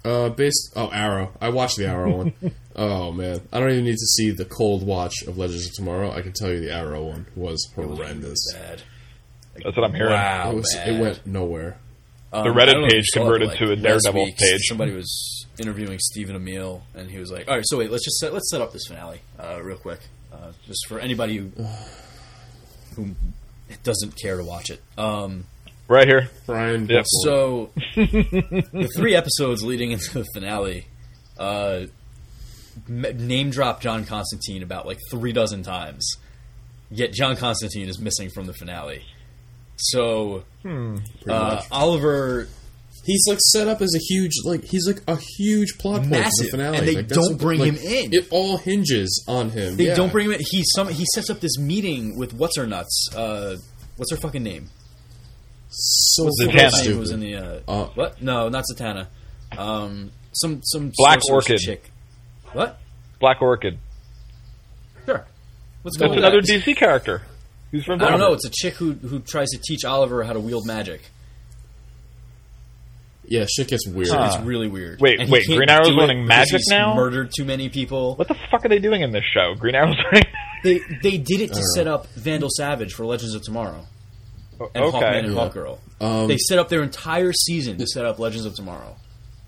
S3: Uh, based. Oh, Arrow. I watched the Arrow one. Oh man, I don't even need to see the cold watch of Legends of Tomorrow. I can tell you the Arrow one was horrendous.
S2: Bad.
S4: That's what I'm hearing.
S2: Wow,
S3: It was.
S2: bad.
S3: It went nowhere.
S2: Um,
S4: The Reddit
S2: I don't know if you
S4: page
S2: saw it,
S4: converted
S2: but,
S4: to a
S2: last
S4: Daredevil
S2: week,
S4: page.
S2: Somebody was interviewing Stephen Emile, and he was like, "All right, so wait, let's just set, let's set up this finale uh, real quick, uh, just for anybody who, who doesn't care to watch it." Um,
S4: Right here.
S3: Brian.
S4: Yeah.
S3: Buckle.
S2: So the three episodes leading into the finale, uh, m- name drop John Constantine about like three dozen times. Yet John Constantine is missing from the finale. So
S3: pretty
S2: uh,
S3: much.
S2: Oliver
S3: He's like set up as a huge like he's like a huge plot point for
S2: Massive,
S3: the finale.
S2: and they
S3: Like, that's
S2: don't
S3: what-
S2: bring
S3: like,
S2: him in.
S3: It all hinges on him.
S2: They
S3: yeah.
S2: don't bring him in. He some he sets up this meeting with what's her nuts. Uh, what's her fucking name?
S3: so
S2: What's the
S3: fucking
S4: Zatanna.
S2: girl's name who was in
S3: stupid.
S2: the uh,
S3: Uh,
S2: what? No, not Satana. Um, some some
S4: Black
S2: sorceress
S4: Orchid.
S2: chick. What?
S4: Black Orchid.
S2: Sure. What's going
S4: That's
S2: on?
S4: another DC character. Who's from
S2: I don't know.
S4: Marvel.
S2: It's a chick who who tries to teach Oliver how to wield magic.
S3: Yeah, shit gets weird.
S4: Huh.
S2: It's really weird.
S4: Wait,
S2: he
S4: wait,
S2: can't
S4: Green Arrow's
S2: do it
S4: running
S2: because
S4: magic
S2: he's
S4: now?
S2: Murdered too many people.
S4: What the fuck are they doing in this show? Green Arrow's right.
S2: They they did it to set up Vandal Savage for Legends of Tomorrow and Hawkman
S4: okay,
S2: and
S3: Yeah.
S2: Hawkgirl.
S3: Um,
S2: they set up their entire season to set up Legends of Tomorrow.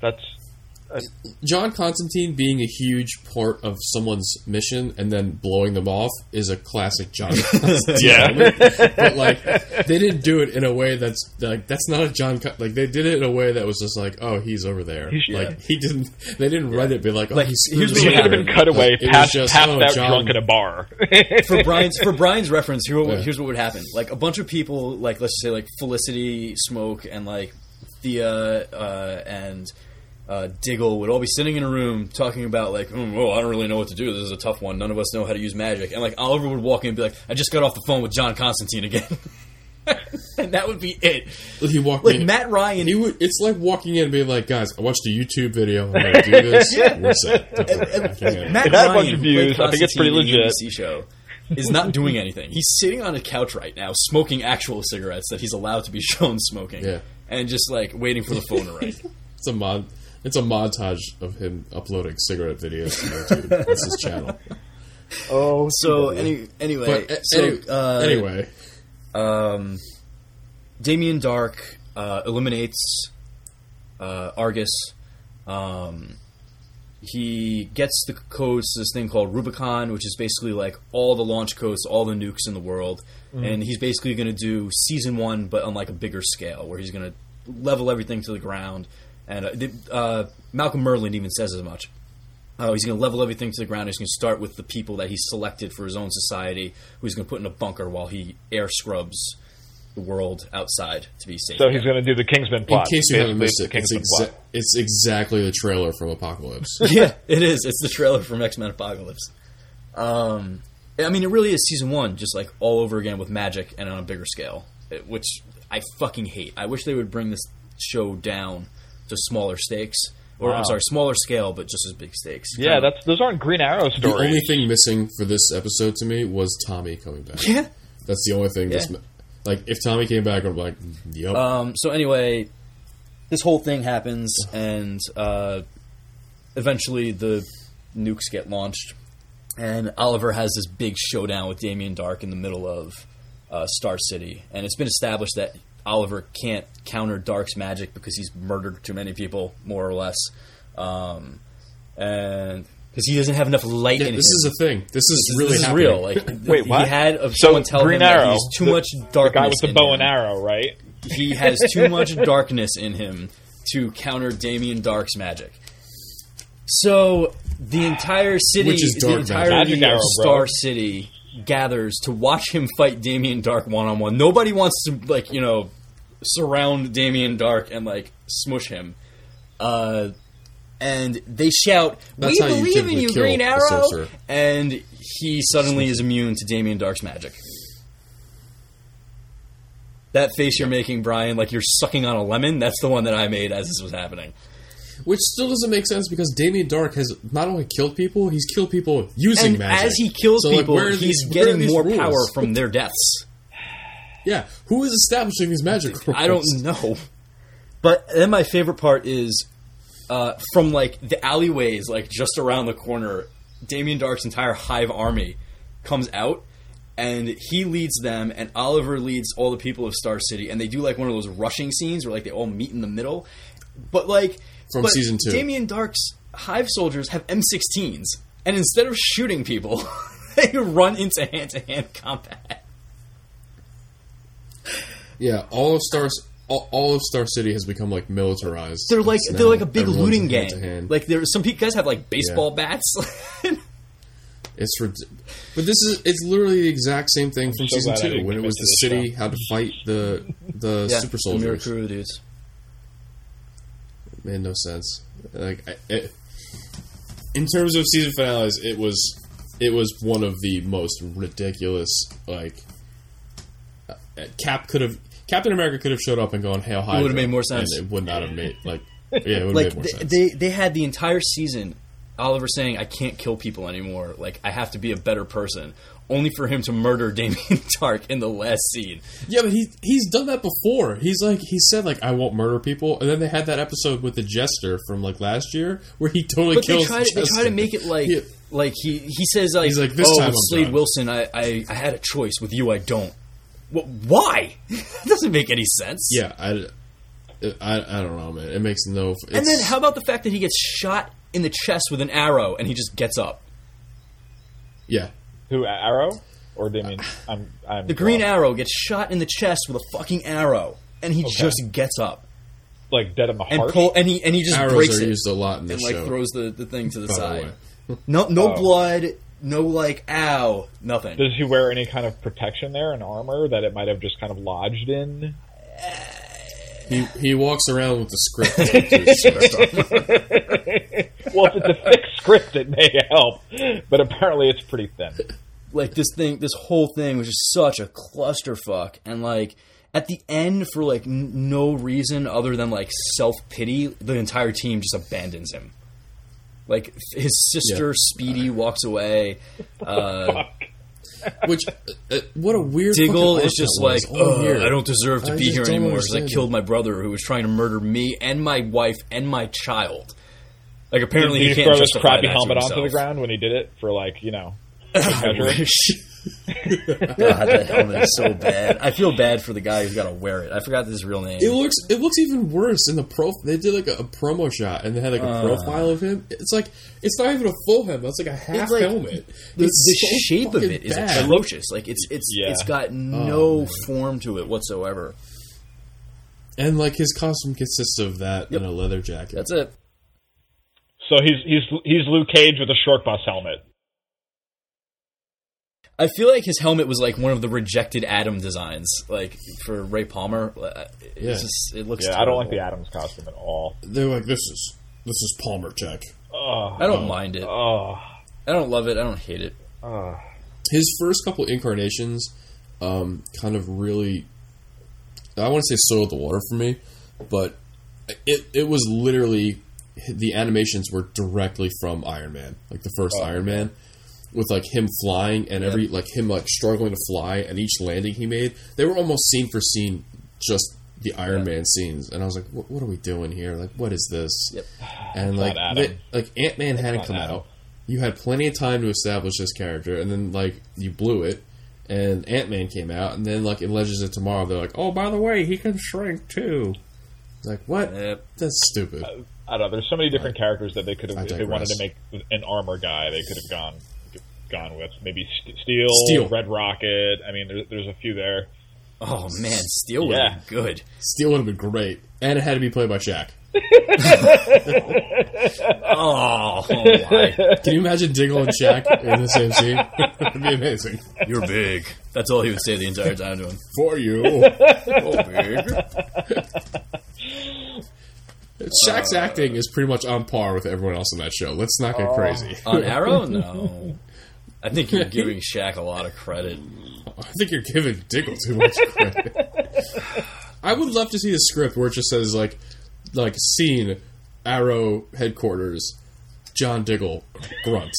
S4: that's
S3: John Constantine being a huge part of someone's mission and then blowing them off is a classic John Constantine.
S4: yeah.
S3: but like they didn't do it in a way that's like that's not a John Con- like they did it in a way that was just like oh he's over there
S4: He's-
S3: like he didn't they didn't write it be like oh
S2: Like,
S3: he's
S2: here's
S4: It
S2: what
S4: should have been cut away,
S3: Like, it was
S4: passed,
S3: just,
S4: passed
S3: oh,
S4: out
S3: John-
S4: drunk at a bar.
S2: For Brian's for Brian's reference, here what,
S3: Yeah.
S2: here's what would happen. Like a bunch of people, like let's say like Felicity, Smoke, and like Thea uh, and uh, Diggle would all be sitting in a room talking about like, "Mm, oh, I don't really know what to do. This is a tough one. None of us know how to use magic. And like Oliver would walk in and be like, I just got off the phone with John Constantine again. and that would be it.
S3: he walked
S2: Like
S3: in
S2: Matt Ryan
S3: he would it's like walking in and being like guys I watched a YouTube video I'm gonna do this we're set Don't worry, I can't.
S2: Matt
S4: It had a
S2: Ryan,
S4: bunch
S2: who
S4: of
S2: played
S4: views. I think it's pretty
S2: Constantine in the
S4: legit.
S2: NBC show is not doing anything. He's sitting on a couch right now, smoking actual cigarettes that he's allowed to be shown smoking,
S3: Yeah.
S2: and just like waiting for the phone to ring.
S3: It's a mod. It's a montage of him uploading cigarette videos to YouTube. That's his channel.
S4: oh,
S2: So any, anyway,
S3: But a-
S2: so
S3: any-
S2: uh,
S3: anyway,
S2: um, Damien Dark uh, eliminates uh, Argus. Um, he gets the codes to this thing called Rubicon, which is basically like all the launch codes, all the nukes in the world.
S4: Mm.
S2: And he's basically going to do season one, but on like a bigger scale, where he's going to level everything to the ground. And uh, the, uh, Malcolm Merlin even says as much. Oh, he's going to level everything to the ground. He's going to start with the people that he selected for his own society, who he's going to put in a bunker while he air scrubs the world outside to be safe.
S4: so he's going to do the Kingsman
S3: in
S4: plot.
S3: case you haven't
S4: Basically,
S3: missed
S4: the
S3: it, it's,
S4: Kingsman
S3: exa-
S4: plot.
S3: it's exactly the trailer from Apocalypse.
S2: yeah, it is. It's the trailer from X Men Apocalypse. Um, I mean, it really is season one, just like all over again with magic and on a bigger scale, it- which I fucking hate. I wish they would bring this show down to smaller stakes, or
S4: Wow.
S2: I'm sorry, smaller scale, but just as big stakes.
S4: Yeah, that's those aren't Green Arrow
S3: the
S4: stories.
S3: only thing missing for this episode to me was Tommy coming back.
S2: yeah.
S3: That's the only thing. That's
S2: Yeah.
S3: mi- like if Tommy came back, I'm like, yep.
S2: Um, so anyway, this whole thing happens, and uh, eventually the nukes get launched, and Oliver has this big showdown with Damien Dark in the middle of uh, Star City, and it's been established that Oliver can't counter Dark's magic because he's murdered too many people, more or less, um, and because he doesn't have enough light
S3: Yeah,
S2: in
S3: this
S2: him.
S3: is a thing. This is really
S2: this is
S3: happening.
S2: real. Like,
S4: Wait, what?
S2: He had of
S4: So
S2: someone tell
S4: Green
S2: him
S4: Arrow,
S2: that he's too
S4: the-
S2: much
S4: the
S2: darkness.
S4: guy with the
S2: in
S4: bow
S2: him
S4: and arrow, right?
S2: he has too much darkness in him to counter Damien Dark's magic. So the entire city,
S3: Which is
S2: the
S3: dark magic.
S2: entirety
S4: Magic arrow,
S2: of
S4: bro.
S2: Star City gathers to watch him fight Damien Dark one on one. Nobody wants to like you know surround Damien Dark and like smush him. Uh, and they shout, "We
S3: That's how you
S2: believe in
S3: typically
S2: you,
S3: kill
S2: Green
S3: a
S2: Arrow!"
S3: sorcerer.
S2: And he suddenly is immune to Damien Dark's magic. That face you're making, Brian, like you're sucking on a lemon, that's the one that I made as this was happening.
S3: Which still doesn't make sense because Damien Dark has not only killed people, he's killed people using
S2: And
S3: magic.
S2: as he kills
S3: So, like,
S2: people,
S3: where are
S2: he's
S3: these- where are
S2: getting
S3: these
S2: more
S3: rules?
S2: power from their deaths.
S3: Yeah, who is establishing these magic rules?
S2: I don't know. But then my favorite part is uh, from like the alleyways, like just around the corner, Damien Dark's entire hive army comes out and he leads them and Oliver leads all the people of Star City and they do like one of those rushing scenes where like they all meet in the middle. But like
S3: From
S2: but
S3: season two.
S2: Damien Dark's hive soldiers have M16s and instead of shooting people, they run into hand-to-hand combat.
S3: Yeah, all of Star all, all of Star City has become like militarized.
S2: They're like
S3: It's
S2: they're
S3: now
S2: like a big
S3: everyone's
S2: looting gang.
S3: hand to hand.
S2: Like there some pe- guys have like baseball bats.
S3: it's rid- but this is it's literally the exact same thing from
S4: so
S3: season
S4: glad I
S3: two
S4: didn't
S3: when it
S4: commit
S3: was
S4: to
S3: the
S4: this
S3: city how to fight the the super soldiers.
S2: dudes.
S3: Made no sense. Like I, it, in terms of season finales, it was it was one of the most ridiculous. Like uh, Cap could have Captain America could have showed up and gone hail Hydra.
S2: would've made more sense.
S3: And it would not have made like yeah, it would have
S2: Like
S3: made more
S2: they,
S3: sense.
S2: they they had the entire season Oliver saying I can't kill people anymore. Like I have to be a better person. Only for him to murder Damien Dark in the last scene.
S3: Yeah, but he he's done that before. He's like he said like I won't murder people, and then they had that episode with the jester from like last year where he totally
S2: But they
S3: kills.
S2: try
S3: the
S2: to, they try
S3: jester.
S2: to make it like
S3: Yeah.
S2: like he he says like,
S3: He's like, "This
S2: oh
S3: time
S2: with
S3: I'm
S2: Slade
S3: done."
S2: Wilson I, I I had a choice with you I don't. Wh- why? that doesn't make any sense.
S3: yeah, I, I I don't know, man. It makes no. It's,
S2: And then how about the fact that he gets shot in the chest with an arrow and he just gets up?
S3: yeah,
S4: Who Arrow or Damien? I'm I'm
S2: The Green
S4: wrong.
S2: Arrow gets shot in the chest with a fucking arrow and he just gets up
S4: like dead in the
S2: and
S4: heart.
S2: pull and he and he just breaks
S3: arrows are
S2: it
S3: used a lot in this
S2: and like
S3: show.
S2: throws the, the thing to the
S3: by the
S2: side.
S3: way.
S2: No no
S4: Oh.
S2: blood, no like ow, nothing.
S4: Does he wear any kind of protection there, an armor that it might have just kind of lodged in?
S3: He he walks around with the script. taped to his chest.
S4: Well, if it's a thick script, it may help, but apparently it's pretty thin.
S2: like this thing this whole thing was just such a clusterfuck and like at the end for like n- no reason other than like self-pity the entire team just abandons him like his sister
S3: Yeah.
S2: speedy walks away uh,
S3: Which uh, uh, what a weird
S2: diggle
S3: fucking
S2: is just
S3: arc
S2: like
S3: that was. All
S2: "Ugh,
S3: weird.
S2: i don't deserve to
S3: I
S2: be
S3: just
S2: here
S3: don't
S2: anymore because i
S3: understand
S2: killed my brother who was trying to murder me and my wife and my child like apparently
S4: Did
S2: he
S4: he
S2: can't
S4: throw his
S2: justify
S4: crappy
S2: that
S4: helmet
S2: to
S4: onto the
S2: himself.
S4: ground when he did it for like you know?
S2: I wish. God, that helmet is so bad. I feel bad for the guy who's got to wear it. I forgot his real name.
S3: It looks it looks even worse in the pro. They did like a, a promo shot and they had like a
S2: Uh.
S3: profile of him. It's like it's not even a full helmet. It's like a half
S2: It's like-
S3: helmet.
S2: the
S3: It's
S2: the
S3: so
S2: shape of
S3: fucking
S2: it is
S3: bad. Oh,
S2: atrocious. Like it's it's
S4: Yeah.
S2: it's got no form to it whatsoever.
S3: and like his costume consists of that and a leather jacket.
S2: That's it.
S4: So he's he's he's Luke Cage with a short bus helmet.
S2: I feel like his helmet was like one of the rejected Adam designs, like for Ray Palmer. Uh, It's
S3: Yeah.
S2: just, it looks.
S4: Yeah, I don't like the
S2: terrible.
S4: Adams costume at all.
S3: They're like this is this is Palmer Tech.
S2: I don't mind it.
S4: Oh,
S2: I don't love it. I don't hate it.
S3: His first couple incarnations, um, kind of really, I want to say soiled the water for me, but it it was literally the animations were directly from Iron Man, like the
S4: Oh,
S3: first Iron Man. With like him flying and every like him like struggling to fly and each landing he made, they were almost scene for scene, just the Iron Man scenes. And I was like, what, what are we doing here? Like, what is this?
S2: Yep.
S3: And like
S4: not
S3: they-
S4: Adam.
S3: like Ant Man hadn't come
S4: Adam.
S3: out. You had plenty of time to establish this character, and then like you blew it. And Ant Man came out, and then like in Legends of Tomorrow, they're like, "Oh, by the way, he can shrink too." It's like what?
S2: Yep.
S3: That's stupid.
S4: I don't know. There's so many different characters that they could
S3: I
S4: have. If they wanted to make an armor guy, they could have gone gone with maybe St- Steel,
S3: Steel.
S4: Red Rocket. I mean, there's there's a few there.
S2: Oh man, Steel would
S4: Yeah.
S2: be good.
S3: Steel would have been great, and it had to be played by Shaq.
S2: Oh, oh my.
S3: Can you imagine Diggle and Shaq in the same scene? It'd be amazing
S2: you're big. That's all he would say the entire time to him.
S3: for you.
S2: You're big.
S3: Shaq's acting is pretty much on par with everyone else in that show. Let's not get crazy.
S2: On Arrow? No. I think you're giving Shaq a lot of credit.
S3: I think you're giving Diggle too much credit. I would love to see a script where it just says like, like scene, Arrow headquarters, John Diggle, grunt.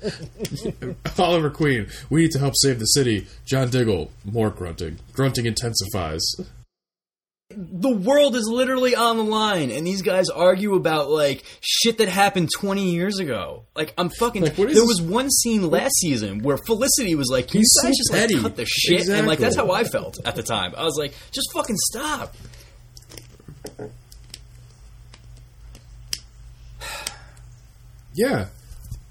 S3: Oliver Queen, we need to help save the city. John Diggle, more grunting. Grunting intensifies.
S2: the world is literally on the line and these guys argue about like shit that happened 20 years ago like i'm fucking
S3: Like,
S2: there
S3: what is
S2: was
S3: this-
S2: one scene last season where felicity was like can you
S3: He's
S2: guys
S3: so
S2: just like
S3: petty.
S2: cut the shit and like
S3: Exactly.
S2: that's how i felt at the time i was like just fucking stop
S3: Yeah.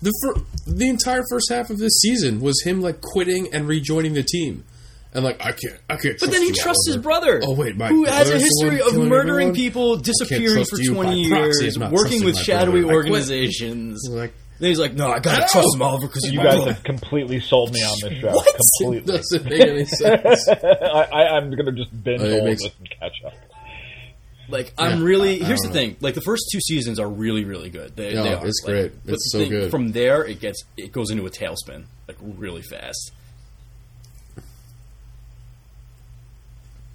S3: The fir- the entire first half of this season was him like quitting and rejoining the team. And like I can't I can't
S2: but then he trusts his brother
S3: Oh, wait, my
S2: who has a
S3: brother's the
S2: history
S3: one
S2: of
S3: killing
S2: murdering
S3: everyone?
S2: people disappearing
S3: trust
S2: for
S3: you
S2: 20
S3: by proxy.
S2: years
S3: I'm not
S2: working
S3: trusting
S2: with
S3: my
S2: shadowy
S3: brother. I quit.
S2: organizations
S3: like
S2: then he's like no i gotta trust him oliver because
S4: You guys have completely sold me on this show.
S2: What?
S3: it
S4: Completely.
S3: doesn't make any sense.
S4: I, I, I'm going to just binge
S3: Oh, it
S4: all
S3: makes-
S4: of this and catch up.
S2: Like I'm
S3: Yeah,
S2: really.
S3: I- I
S2: here's the
S3: don't
S2: thing. Like the first two seasons are really, really good. They,
S3: Yeah,
S2: they are.
S3: it's
S2: Like,
S3: great.
S2: but
S3: It's
S2: the
S3: so
S2: thing-
S3: good.
S2: From there, it gets it goes into a tailspin like really fast.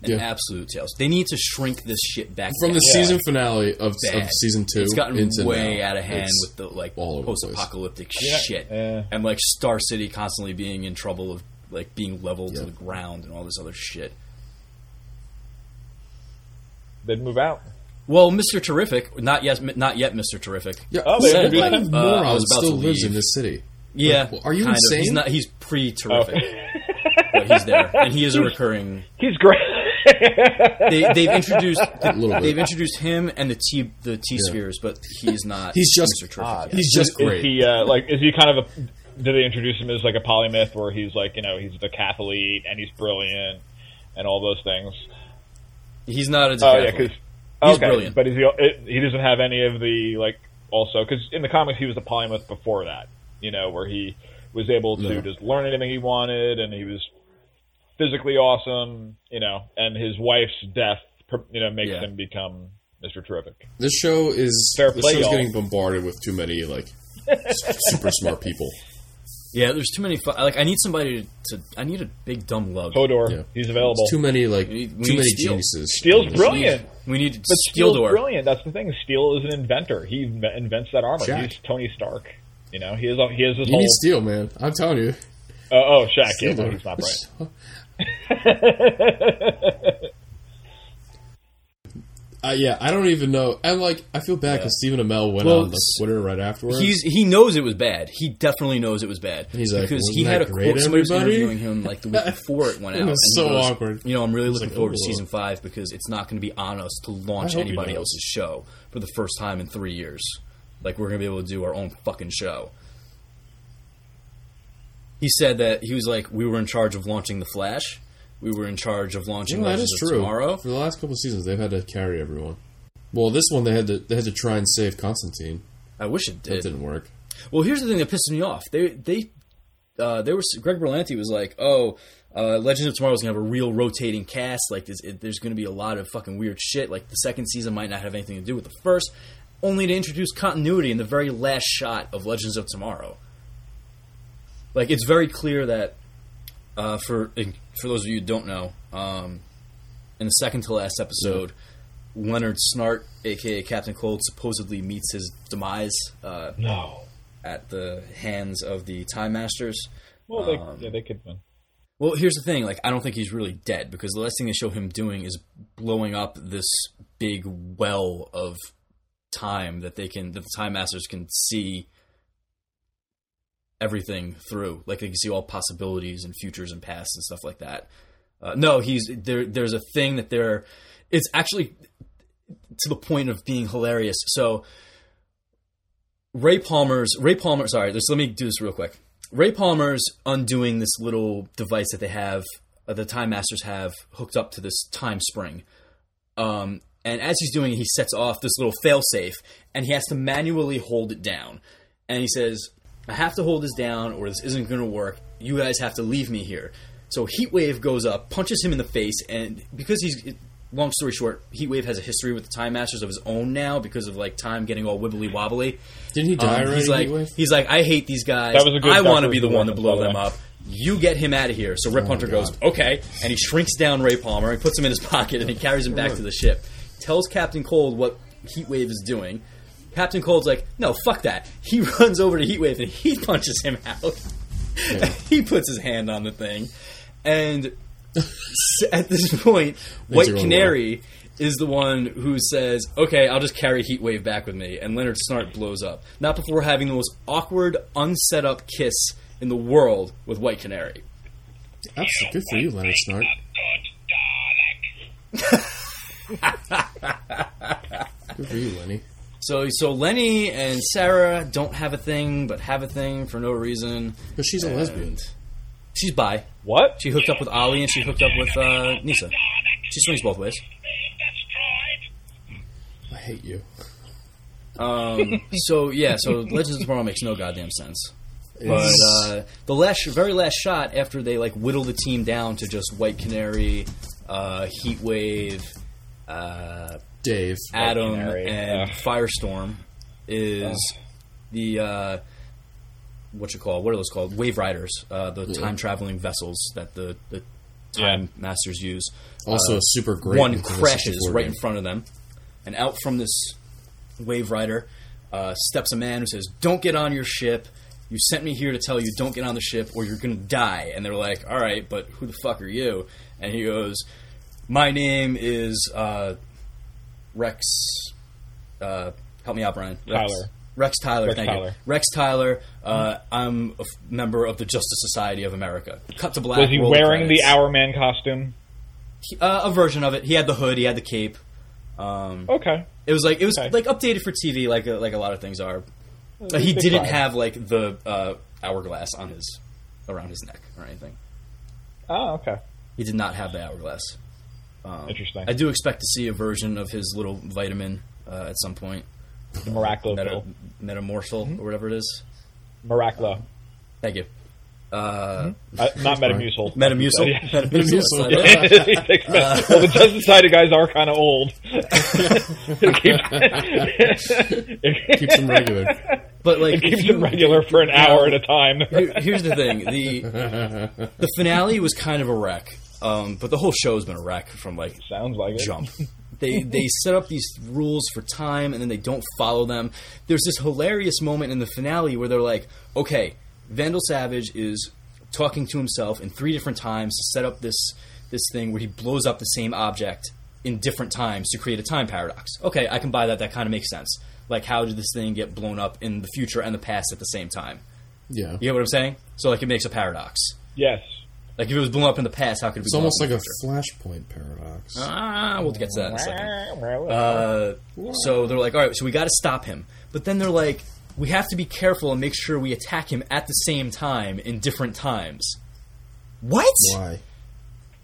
S2: An
S3: Yeah.
S2: absolute tailspin. They need to shrink this shit back
S3: From the
S2: down.
S3: season finale of, of
S2: Bad.
S3: season two,
S2: It's gotten
S3: into
S2: way
S3: now,
S2: out of hand
S3: it's-
S2: with the like
S3: all over the place.
S2: post-apocalyptic
S4: Yeah,
S2: shit,
S4: yeah.
S2: and like Star City constantly being in trouble of like being leveled to
S3: Yeah.
S2: the ground and all this other shit.
S4: They'd move out.
S2: Well, Mister Terrific, not yet, not yet, Mister Terrific.
S3: Yeah,
S4: Oh, they
S3: what
S4: introduced
S3: kind
S4: him?
S3: of
S2: Uh, I
S3: moron
S2: was about
S3: still
S2: to
S3: lives
S2: leave.
S3: in this city?
S2: Yeah.
S3: Like, are you
S2: kind of. He's
S3: insane?
S2: not. He's pretty terrific. but he's there, and he is a recurring.
S4: He's great.
S2: They, they've introduced.
S3: little bit.
S2: They've introduced him and the T the T spheres, but he's not.
S3: He's just
S2: Mr. Terrific. yet.
S3: He's just
S4: Is
S3: great.
S4: he uh, like? Is he kind of a? Do they introduce him as like a polymyth, where he's like, you know, he's the Catholic and he's brilliant and all those things?
S2: He's not a.
S4: Oh yeah,
S2: decathlete.
S4: because
S2: He's
S4: okay,
S2: brilliant.
S4: but is he? It, he doesn't have any of the like. Also, because in the comics he was a polymath before that, you know, where he was able to
S3: Yeah.
S4: just learn anything he wanted, and he was physically awesome, you know. And his wife's death, per- you know, makes
S2: Yeah.
S4: him become Mister Terrific.
S3: This show is
S4: Fair
S3: this
S4: play,
S3: show's
S4: y'all.
S3: getting bombarded with too many like super smart people.
S2: yeah. There's too many. Fu- like I need somebody to, I need a big dumb love.
S4: Hodor,
S3: Yeah.
S4: he's available.
S3: Too many like
S2: We need- we
S3: too
S2: need
S3: many
S2: Steel.
S3: geniuses.
S4: Steel's brilliant.
S2: We need
S4: Oh, But
S2: steel
S4: Steel's
S2: door.
S4: brilliant. That's the thing. Steel is an inventor. He inve- invents that armor.
S3: Jack.
S4: He's Tony Stark. You know, he is. a- He has this
S3: You
S4: whole.
S3: need steel, man. I'm telling you.
S4: uh, oh, Shaq. Yeah,
S3: Steel.
S4: he's not bright.
S3: Uh, yeah, I don't even know. And like, I feel bad because Stephen Amell went
S2: Well,
S3: on like, Twitter right afterwards.
S2: He's he knows it was bad. He definitely knows it was bad.
S3: He's like,
S2: because
S3: "Wasn't
S2: he had a
S3: that great,
S2: quote. Somebody was
S3: everybody?"
S2: interviewing him like the week before it went
S3: It
S2: out.
S3: was
S2: and he
S3: so
S2: goes,
S3: awkward.
S2: You know, I'm really looking
S3: like,
S2: forward to
S3: "Ooh."
S2: season five because it's not going to be on us to launch
S3: I hope he
S2: anybody
S3: knows.
S2: else's show for the first time in three years. Like we're going to be able to do our own fucking show. He said that he was like, we were in charge of launching the Flash. We were in charge of launching
S3: Well, that
S2: Legends
S3: is
S2: of
S3: true.
S2: Tomorrow.
S3: For the last couple of seasons, they've had to carry everyone. Well, this one they had to they had to try and save Constantine.
S2: I wish it
S3: That
S2: did.
S3: didn't work.
S2: Well, here's the thing that pisses me off. They they uh, there was Greg Berlanti was like, oh, uh, Legends of Tomorrow is gonna have a real rotating cast. Like, this, it, there's gonna be a lot of fucking weird shit. Like, the second season might not have anything to do with the first, only to introduce continuity in the very last shot of Legends of Tomorrow. Like, it's very clear that uh, for for those of you who don't know, um, in the second to last episode. Leonard Snart, aka Captain Cold, supposedly meets his demise uh,
S4: No.
S2: at the hands of the Time Masters.
S4: Well, they,
S3: Um,
S4: yeah, they could win.
S2: Well, here's the thing: like, I don't think he's really dead because the last thing they show him doing is blowing up this big well of time that they can, that the Time Masters can see everything through. Like, they can see all possibilities and futures and pasts and stuff like that. Uh, no, he's there. There's a thing that they're. It's actually to the point of being hilarious. So Ray Palmer's Ray Palmer. Sorry, just let me do this real quick. Ray Palmer's undoing this little device that they have, uh, the Time Masters have hooked up to this time spring. Um, and as he's doing it, he sets off this little failsafe, and he has to manually hold it down. And he says, "I have to hold this down, or this isn't going to work. You guys have to leave me here." So Heatwave goes up, punches him in the face, and because he's long story short, Heatwave has a history with the Time Masters of his own now because of like time getting all wibbly wobbly.
S3: Didn't he die
S2: Um,
S3: right
S2: he's like,
S3: anyway?
S2: he's like, I hate these guys.
S4: That was a good
S2: I want to
S4: Dr.
S2: be the
S4: Who
S2: one to
S4: reference,
S2: blow
S4: by the
S2: them
S4: way.
S2: up. You get him out of here. So
S3: Oh,
S2: Rip Hunter goes, okay, and he shrinks down Ray Palmer. He puts him in his pocket and he carries him back to the ship. Tells Captain Cold what Heatwave is doing. Captain Cold's like, no, fuck that. He runs over to Heatwave and he punches him out. he puts his hand on the thing, and s- at this point, White
S3: are going
S2: Canary is the one who says, "Okay, I'll just carry Heatwave back with me." And Leonard Snart blows up, not before having the most awkward, unset up kiss in the world with White Canary.
S3: Absolutely. Good for you, Leonard Snart. Good for you, Lenny.
S2: So, so Lenny and Sarah don't have a thing, but have a thing for no reason.
S3: But she's a lesbian.
S2: She's bi.
S4: What?
S2: She hooked up with Ollie, and she hooked up with uh, Nisa. She swings both ways.
S3: I hate you.
S2: Um, so yeah, so Legends of Tomorrow makes no goddamn sense. But uh, the last, very last shot after they like whittle the team down to just White Canary, uh, Heat Wave, uh,
S3: Dave.
S2: Adam,
S4: Canary,
S2: and
S4: yeah.
S2: Firestorm is the uh, what you call what are those called? Wave Riders, uh, the time traveling vessels that the, the time masters use.
S3: also a super great
S2: One
S3: Nintendo
S2: crashes
S3: 64
S2: right
S3: game.
S2: in front of them, and out from this wave rider uh, steps a man who says, "Don't get on your ship. You sent me here to tell you don't get on the ship, or you're going to die." And they're like, "All right, but who the fuck are you?" And he goes, "My name is uh, Rex. Uh, help me out, Brian. Rex,
S4: Tyler.
S2: Rex Tyler.
S4: Rex
S2: thank you,
S4: Tyler.
S2: Rex Tyler. Uh, I'm a f- member of the Justice Society of America. Cut to black.
S4: Was he
S2: roll
S4: wearing the
S2: credits.
S4: Hourman costume?
S2: Uh, a version of it. He had the hood. He had the cape. Um,
S4: Okay.
S2: it was like it was
S4: Okay.
S2: like updated for TV, like uh, like a lot of things are. Uh, he
S4: they
S2: didn't
S4: tried.
S2: have like the uh, hourglass on his around his neck or anything.
S4: Oh, okay.
S2: He did not have the hourglass.
S4: Interesting.
S2: Um, I do expect to see a version of his little vitamin uh, at some point,
S4: The Miraclo
S2: meta,
S4: pill.
S2: metamorphal or whatever it is.
S4: Miraclo.
S2: Thank you. Uh,
S4: Uh, not Metamucil.
S2: Metamucil.
S4: Yeah.
S2: Metamucil.
S3: Metamucil.
S2: Yeah.
S4: He takes
S2: Uh.
S4: Met- well, the Justice Society guys are kind of old. it keeps,
S3: Keeps them regular.
S2: But like,
S4: it
S2: if
S4: keeps
S2: you-
S4: them regular for an hour at a time.
S2: Here- here's the thing the the finale was kind of a wreck, um, but the whole show's been a wreck from like
S4: Sounds like it.
S2: jump. They they set up these rules for time and then they don't follow them. There's this hilarious moment in the finale where they're like, okay, Vandal Savage is talking to himself in three different times to set up this this thing where he blows up the same object in different times to create a time paradox. Okay, I can buy that. That kind of makes sense. Like, how did this thing get blown up in the future and the past at the same time?
S3: Yeah.
S2: You get what I'm saying? So like, it makes a paradox.
S4: Yes.
S2: Like, if it was blown up in the past, how could it be?
S3: It's almost like a flashpoint paradox.
S2: ah. We'll get to that in a second. Uh, so they're like, all right, so we got to stop him. But then they're like, we have to be careful and make sure we attack him at the same time in different times. What?
S3: Why?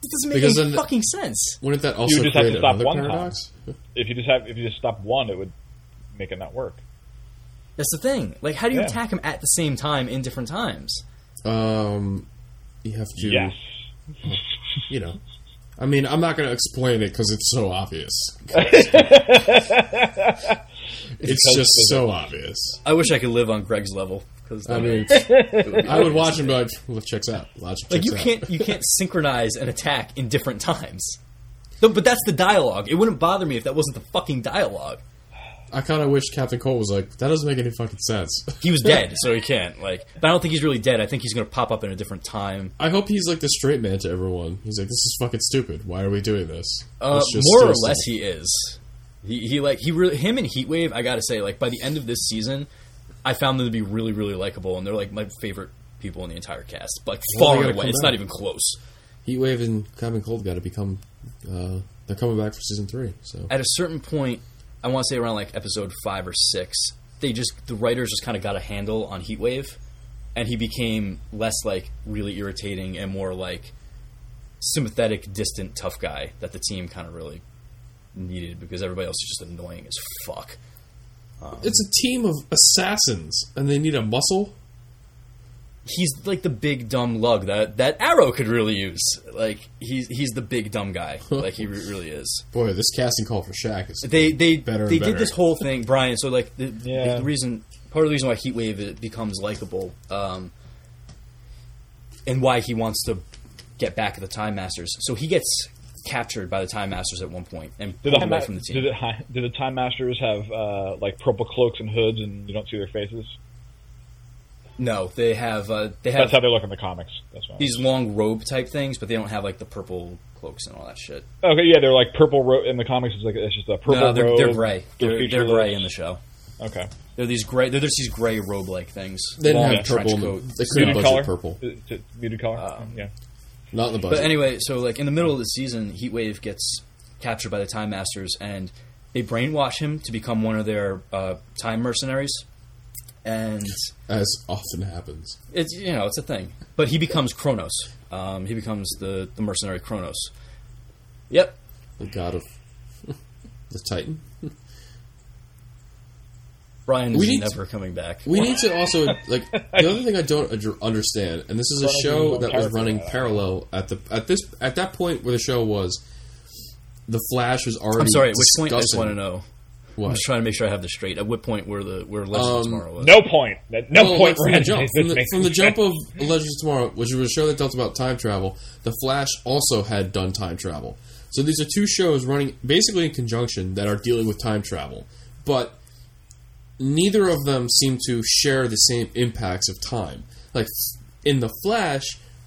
S2: This doesn't make
S3: Because
S2: any
S3: then-
S2: fucking sense.
S3: Wouldn't that also
S4: You just have
S3: create
S4: to stop
S3: another
S4: one
S3: paradox?
S4: if you just have, if you just stop one, it would make it not work.
S2: That's the thing. Like, how do you
S4: Yeah.
S2: attack him at the same time in different times?
S3: Um, you have to.
S4: Yes.
S3: You know. I mean, I'm not going to explain it because it's so obvious. it's just so obvious.
S2: I wish I could live on Greg's level because
S3: I mean, I would watch and be like, well, it checks out. Logic
S2: like
S3: checks
S2: you
S3: out.
S2: can't you can't synchronize an attack in different times. No, but that's the dialogue. It wouldn't bother me if that wasn't the fucking dialogue.
S3: I kind of wish Captain Cole was like, that doesn't make any fucking sense.
S2: He was dead, so he can't. Like, but I don't think he's really dead. I think he's going to pop up in a different time.
S3: I hope he's like the straight man to everyone. He's like, this is fucking stupid. Why are we doing this?
S2: Uh,
S3: Let's just
S2: more or
S3: stress
S2: less,
S3: them.
S2: he is. He, he like he really him and Heatwave. I gotta say, like by the end of this season, I found them to be really really likable, and they're like my favorite people in the entire cast. Like
S3: Well,
S2: far
S3: they
S2: and
S3: gotta
S2: away,
S3: come
S2: it's
S3: back.
S2: not even close.
S3: Heatwave and Captain Cold got to become. Uh, they're coming back for season three. So
S2: At a certain point, I want to say around like episode five or six, they just the writers just kind of got a handle on Heatwave, and he became less like really irritating and more like sympathetic, distant, tough guy that the team kind of really needed because everybody else is just annoying as fuck.
S3: it's a team of assassins, and they need a muscle.
S2: he's like the big dumb lug that that arrow could really use. Like he's he's the big dumb guy. Like he re- really is.
S3: Boy, this casting call for Shaq is.
S2: They they
S3: Better and
S2: they did
S3: better.
S2: this whole thing, Brian. So like the, the-
S4: Yeah.
S2: the reason part of the reason why Heatwave it becomes likable, um, and why he wants to get back at the Time Masters. So he gets captured by the Time Masters at one point and
S4: Did
S2: pulled
S4: the,
S2: away from the team.
S4: did, it, hi- did the Time Masters have uh, like purple cloaks and hoods, and you don't see their faces?
S2: no, they have uh, they have
S4: That's how they look in the comics. That's why.
S2: these long robe type things, but they don't have like the purple cloaks and all that shit.
S4: Okay, yeah, they're like purple ro- in the comics. It's like it's just a purple.
S2: No, they're,
S4: robe,
S2: they're gray.
S4: they're
S2: They're, they're
S4: featureless.
S2: gray in the show.
S4: Okay.
S2: They're these gray. They're just these gray robe like things.
S3: They didn't
S2: long
S3: have purple.
S2: trench
S3: in the-
S2: coat.
S3: They couldn't
S4: Muted
S3: budget
S4: color.
S3: purple.
S4: Uh, t- Muted color. yeah.
S3: Not in the budget.
S2: But anyway, so like in the middle of the season, Heatwave gets captured by the Time Masters, and they brainwash him to become one of their uh, time mercenaries. And
S3: as often happens.
S2: it's you know it's a thing, but he becomes Kronos. Um, he becomes the the mercenary Kronos. Yep,
S3: The god of the Titan.
S2: Ryan
S3: We
S2: is
S3: need to-
S2: never coming back.
S3: We need to also like the other thing I don't ad- understand, and this is a
S4: Thought I didn't
S3: show
S4: want
S3: that was
S4: character
S3: running
S4: that.
S3: parallel at the at this at that point where the show was. The Flash was already.
S2: I'm sorry. At which point I just want
S3: discussing
S2: to know. I'm
S3: What?
S2: just trying to make sure I have this straight. At what point were the where Legends
S3: Um,
S2: of Tomorrow was?
S4: No point. That- No
S3: Well,
S4: point.
S3: like, from the
S4: Brandon.
S3: jump,
S4: This
S3: from the,
S4: makes
S3: from the
S4: no
S3: jump
S4: sense.
S3: of Legends of Tomorrow, which was a show that dealt about time travel, The Flash also had done time travel. So these are two shows running basically in conjunction that are dealing with time travel, but neither of them seem to share the same impacts of time. Like in The Flash,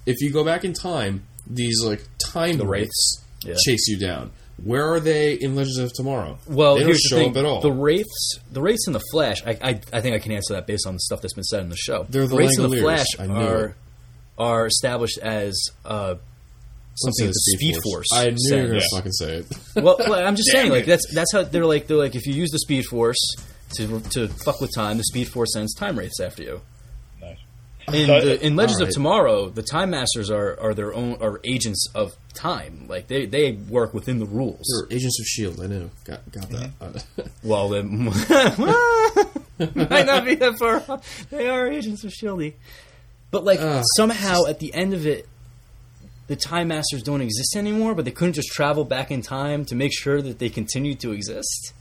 S3: if you go back in time, these like time
S2: wraiths.
S3: wraiths
S2: Yeah.
S3: chase you down. Where are they in Legends of Tomorrow?
S2: Well,
S3: they don't
S2: here's
S3: show
S2: the thing:
S3: up at all.
S2: the wraiths, the wraiths in the Flash. I, I, I think I can answer that based on the stuff that's been said in the show.
S3: They're the
S2: wraiths in the
S3: Langoliers.
S2: Flash
S3: I knew it.
S2: are are established as uh, something that the Speed Force.
S3: I knew you
S2: said.
S3: were going to
S4: Yeah.
S3: fucking say it.
S2: well, well, I'm just saying,
S4: Damn
S2: like
S4: it.
S2: that's that's how they're like they're like if you use the Speed Force to to fuck with time, the Speed Force sends time wraiths after you.
S4: Nice.
S2: In,
S4: So-
S2: the, in Legends of
S3: uh, Alright.
S2: Tomorrow, the Time Masters are, are their own are agents of time. Like they, they work within the rules.
S3: Or Agents of Shield. I know. Got got that. Uh,
S2: Well, they might not be that far off. They are agents of Shieldy, E but like
S3: Ugh.
S2: somehow at the end of it, the Time Masters don't exist anymore. But they couldn't just travel back in time to make sure that they continue to exist.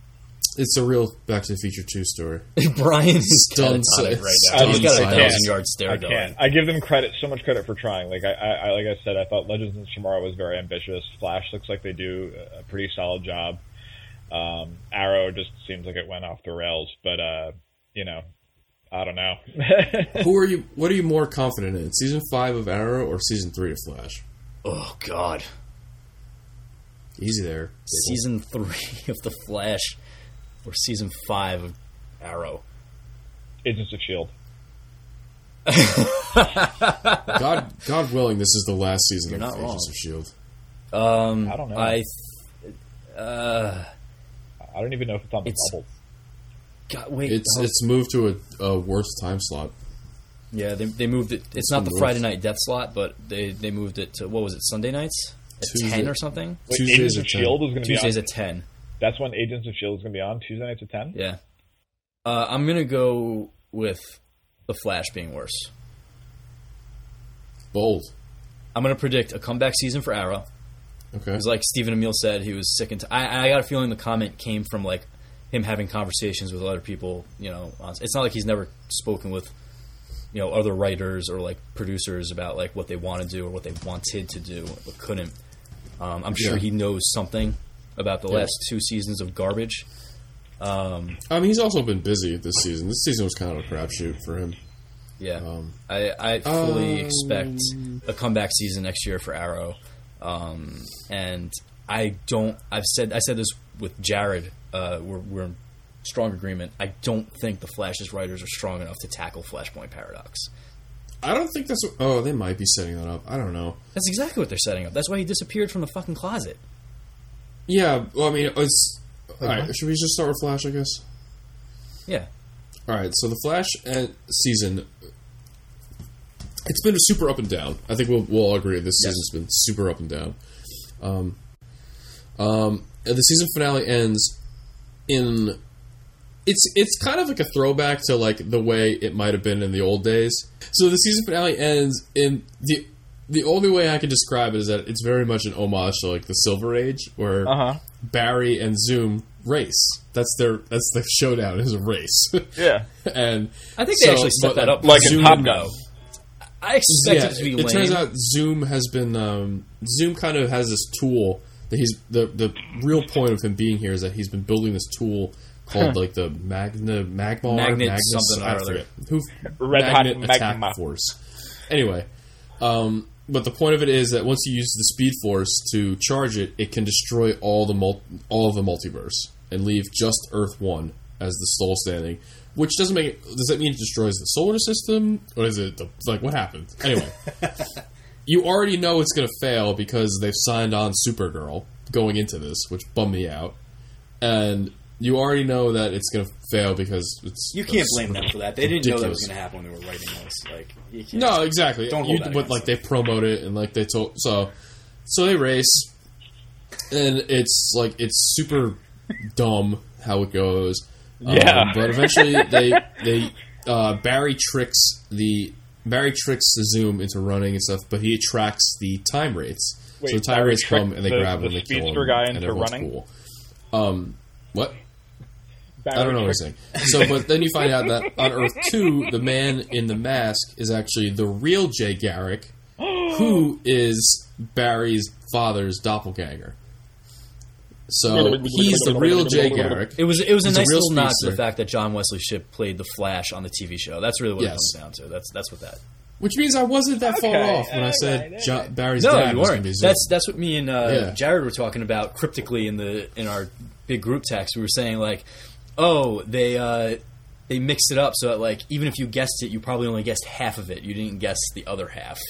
S3: it's a real Back to the Future Two story.
S2: Brian is
S3: Stunned
S2: catatonic right
S3: si-
S2: now. He's
S3: stunned
S2: got a
S3: silence.
S2: thousand yard stare
S4: I
S2: going.
S4: can. I give them credit, so much credit for trying. Like I, I, I like I said, I thought Legends of Tomorrow was very ambitious. Flash looks like they do a pretty solid job. Um, Arrow just seems like it went off the rails, but uh, you know, I don't know.
S3: Who are you? What are you more confident in? Season five of Arrow or season three of Flash?
S2: Oh God,
S3: Easy there.
S2: season three of The Flash, or season five of Arrow.
S4: Agents of Shield.
S3: God, God willing, this is the last season of
S2: not
S3: Agents
S2: wrong.
S3: of Shield. Mm,
S4: I
S3: Oh.
S4: don't know.
S2: I
S4: I, don't even know if it's on the
S2: It's-
S4: bubble.
S2: God, wait. oh,
S3: It's
S2: hold-
S3: it's moved to a, a worse time slot.
S2: Yeah, they, they moved it. It's not the Friday night death slot, but they, they moved it to what was it Sunday nights at
S3: Tuesday.
S2: ten or something.
S4: Wait,
S3: Tuesdays
S4: Agents
S3: at
S4: of
S3: 10.
S4: Shield E is going to be on.
S2: Tuesdays at ten.
S4: That's when Agents of Shield E is going to be on Tuesday nights at ten.
S2: Yeah, uh, I'm gonna go with the Flash being worse.
S3: Bold.
S2: I'm gonna predict a comeback season for Arrow.
S3: Okay.
S2: Because like Stephen Emile said, he was sick and t- I, I got a feeling the comment came from like him having conversations with other people. You know, on- it's not like he's never spoken with you know other writers or like producers about like what they want to do or what they wanted to do but couldn't. Um, I'm sure
S3: Yeah.
S2: he knows something about the last two seasons of garbage.
S3: I mean, he's also been busy this season. This season was kind of a crapshoot for him.
S2: Yeah,
S3: Um,
S2: I, I fully expect a comeback season next year for Arrow, um, and I don't. I've said I said this with Jared. Uh, we're, we're in strong agreement. I don't think the Flash's writers are strong enough to tackle Flashpoint Paradox.
S3: I don't think that's. Oh, they might be setting that up. I don't know.
S2: That's exactly what they're setting up. That's why he disappeared from the fucking closet.
S3: Yeah. Well, I mean, it's. All right. Should we just start with Flash? I guess.
S2: Yeah,
S3: All right, so the Flash uh, season, it's been super up and down. I think we'll, we'll all agree this
S2: Yes.
S3: season's been super up and down. Um, um, and the season finale ends in it's it's kind of like a throwback to like the way it might have been in the old days. So the season finale ends in the the only way I can describe it is that it's very much an homage to like the Silver Age, where
S4: Uh-huh.
S3: Barry and Zoom race. That's their that's the showdown is a race.
S4: Yeah.
S3: and
S2: I think they
S3: so-
S2: actually set
S3: but,
S2: that up.
S4: Like in
S3: Zoom
S4: Top
S3: and-
S4: Gun.
S2: I expect it to be
S3: it
S2: lame.
S3: turns out Zoom has been um, Zoom kind of has this tool that he's the the real point of him being here is that he's been building this tool called like the Magna Magmar
S2: Magnet
S3: Magnus-
S2: something or
S3: I
S2: other.
S3: forget. who
S4: Red Hot
S3: Magnet Attack
S4: Magma.
S3: Force. Anyway, um, but the point of it is that once you use the Speed Force to charge it, it can destroy all the mul- all of the multiverse and leave just Earth One as the soul standing. Which doesn't make. Does that mean it destroys the solar system, or is it the, like what happens? Anyway, you already know it's going to fail because they've signed on Supergirl going into this, which bummed me out, and you already know that it's going to fail because it's
S2: you can't blame them for that. They didn't know that was
S3: Ridiculous.
S2: going to happen when they were writing this. Like, you can't.
S3: No, exactly.
S2: Don't hold
S3: you,
S2: that
S3: but
S2: against
S3: like they promote it and like they told so so they race and it's like it's super dumb how it goes. Um,
S4: Yeah.
S3: but eventually they they uh, Barry tricks the Barry tricks the Zoom into running and stuff, but he attracts the time rates. so the
S4: Wait,
S3: time
S4: Barry
S3: rates come
S4: tricked
S3: and they
S4: the-
S3: grab him and
S4: the
S3: they kill him.
S4: speedster guy
S3: and
S4: into
S3: everyone's
S4: running?
S3: Cool. Um, what? I don't know what he's saying. So, but then you find out that on Earth 2, the man in the mask is actually the real Jay Garrick, who is Barry's father's doppelganger. So he's the real Jay Garrick.
S2: It was it was a
S3: He's a
S2: nice
S3: real
S2: little nod to
S3: speedster.
S2: the fact that John Wesley Shipp played the Flash on the TV show. That's really what
S3: Yes.
S2: it comes down to. That's that's what that.
S3: Which means I wasn't that far
S4: Okay,
S3: off when I said Jo- Barry's
S2: No,
S3: dad
S2: you
S3: was going to
S2: weren't.
S3: be Zoom.
S2: That's that's what me and uh,
S3: Yeah.
S2: Jared were talking about cryptically in the in our big group text. We were saying like, oh, they uh, they mixed it up so that like even if you guessed it, you probably only guessed half of it. You didn't guess the other half.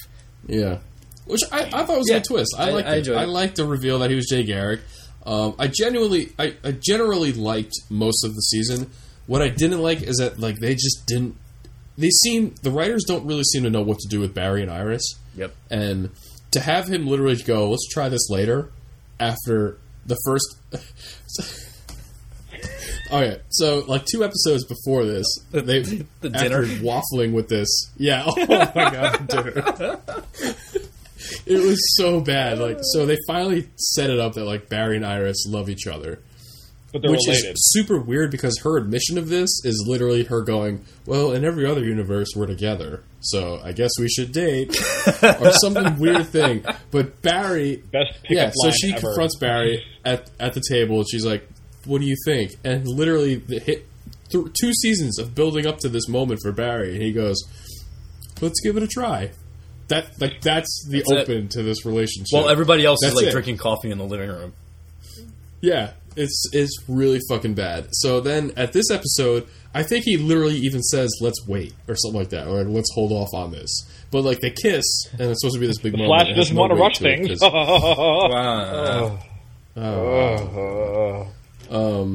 S3: Yeah. Which I, I thought was a
S2: Yeah.
S3: good twist. I
S2: I-
S3: liked
S2: I
S3: it.
S2: enjoyed
S3: I
S2: it.
S3: liked the reveal that he was Jay Garrick. Um, I genuinely, I, I generally liked most of the season. What I didn't like is that like they just didn't. They seem the writers don't really seem to know what to do with Barry and Iris.
S2: Yep.
S3: And to have him literally go, let's try this later, after the first. All right, so like two episodes before this, they
S2: The dinner.
S3: after waffling with this. Yeah, oh my god, the dinner. it was so bad. Like, so they finally set it up that like Barry and Iris love each other,
S4: But they're
S3: which
S4: related.
S3: is super weird because her admission of this is literally her going, "Well, in every other universe, we're together, so I guess we should date," or something weird thing. But Barry,
S4: Best pickup
S3: yeah, so
S4: line
S3: she
S4: ever.
S3: confronts Barry at at the table, and she's like, "What do you think?" And literally, the hit th- two seasons of building up to this moment for Barry, and he goes, "Let's give it a try." That like that's the
S2: it.
S3: open to this relationship.
S2: Well, everybody else
S3: That's
S2: is like
S3: it.
S2: drinking coffee in the living room.
S3: Yeah, it's it's really fucking bad. So then at this episode, I think he literally even says, "Let's wait" or something like that, or like, "Let's hold off on this." But like they kiss, and it's supposed to be this big moment.
S4: Flash
S3: It has
S4: doesn't
S3: no
S4: want to
S3: weight
S4: rush
S3: it,
S4: things.
S3: 'cause-
S2: Wow.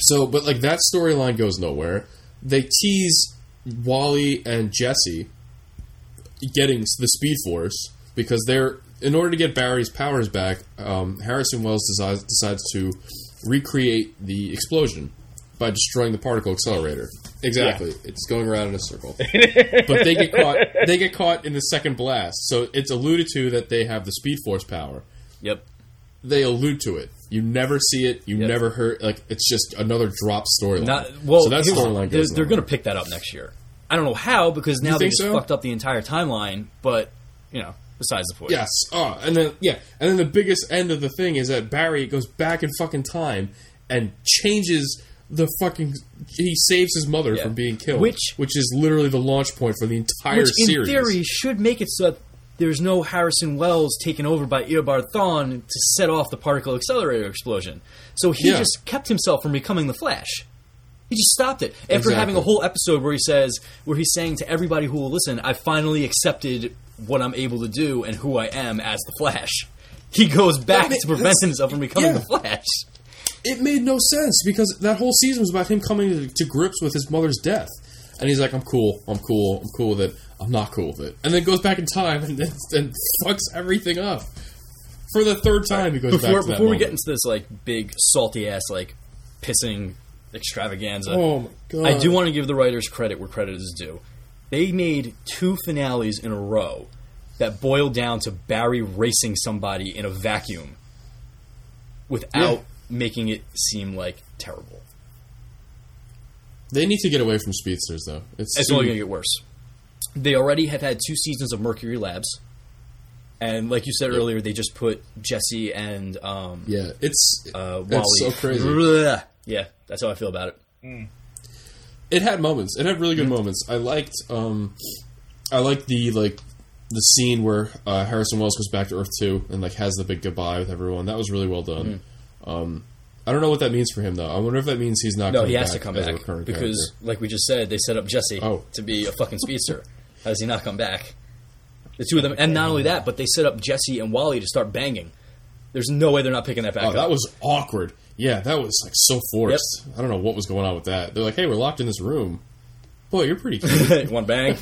S3: So, but like that storyline goes nowhere. They tease Wally and Jesse getting the Speed Force because they're in order to get Barry's powers back. Um, Harrison Wells decides, decides to recreate the explosion by destroying the particle accelerator. Exactly, it's going around in a circle. but they get caught. They get caught in the second blast. So it's alluded to that they have the Speed Force power
S2: Yep.
S3: they allude to it. You never see it. You
S2: Yep.
S3: never heard. Like it's just another drop storyline.
S2: Not well.
S3: so that
S2: here's-
S3: storyline
S2: they're,
S3: goes.
S2: they're going to pick that up next year. I don't know how because now they
S3: think
S2: just
S3: so?
S2: fucked up the entire timeline. But you know, besides the point.
S3: Yes. Oh, and then yeah, and then the biggest end of the thing is that Barry goes back in fucking time and changes the fucking. He saves his mother
S2: Yeah.
S3: from being killed,
S2: Which-
S3: which is literally the launch point for the entire
S2: which in
S3: series.
S2: theory should make it so that there's no Harrison Wells taken over by Eobard Thawne to set off the particle accelerator explosion. So he
S3: Yeah.
S2: just kept himself from becoming the Flash. He just stopped it after
S3: Exactly.
S2: having a whole episode where he says, where he's saying to everybody who will listen, "I finally accepted what I'm able to do and who I am as the Flash." He goes back
S3: That ma-
S2: to prevent
S3: that's-
S2: himself from becoming
S3: yeah.
S2: the Flash.
S3: it made no sense because that whole season was about him coming to, to grips with his mother's death. And he's like, I'm cool, I'm cool, I'm cool with it, I'm not cool with it. And then goes back in time and then and fucks everything up. For the third time, he goes
S2: Before
S3: back to that
S2: before we get
S3: moment.
S2: into this like big salty ass like pissing extravaganza,
S3: Oh my god.
S2: I do want to give the writers credit where credit is due. They made two finales in a row that boiled down to Barry racing somebody in a vacuum without
S3: Yeah.
S2: making it seem like terrible.
S3: They need to get away from speedsters, though. It's,
S2: It's
S3: too-
S2: only going to get worse. they already have had two seasons of Mercury Labs, and like you said earlier, they just put Jesse and um,
S3: Yeah, it's
S2: uh, Wally.
S3: that's so crazy.
S2: Bleh. Yeah, that's how I feel about it.
S3: It had moments. It had really good moments. I liked um, I liked the like the scene where uh, Harrison Wells goes back to Earth Two and like has the big goodbye with everyone. That was really well done. Um, I don't know what that means for him though. I wonder if that means he's not.
S2: Hmm. No,
S3: coming
S2: he has
S3: back
S2: to come
S3: as a
S2: back
S3: recurring
S2: because,
S3: character.
S2: like we just said, they set up Jesse
S3: Oh.
S2: to be a fucking speedster. How does he not come back? The two of them, and not only that, but they set up Jesse and Wally to start banging. There's no way they're not picking that back
S3: Oh,
S2: up.
S3: that was awkward. Yeah, that was like so forced. I don't know what was going on with that. They're like, "Hey, we're locked in this room." Boy, you're pretty cute.
S2: one bang,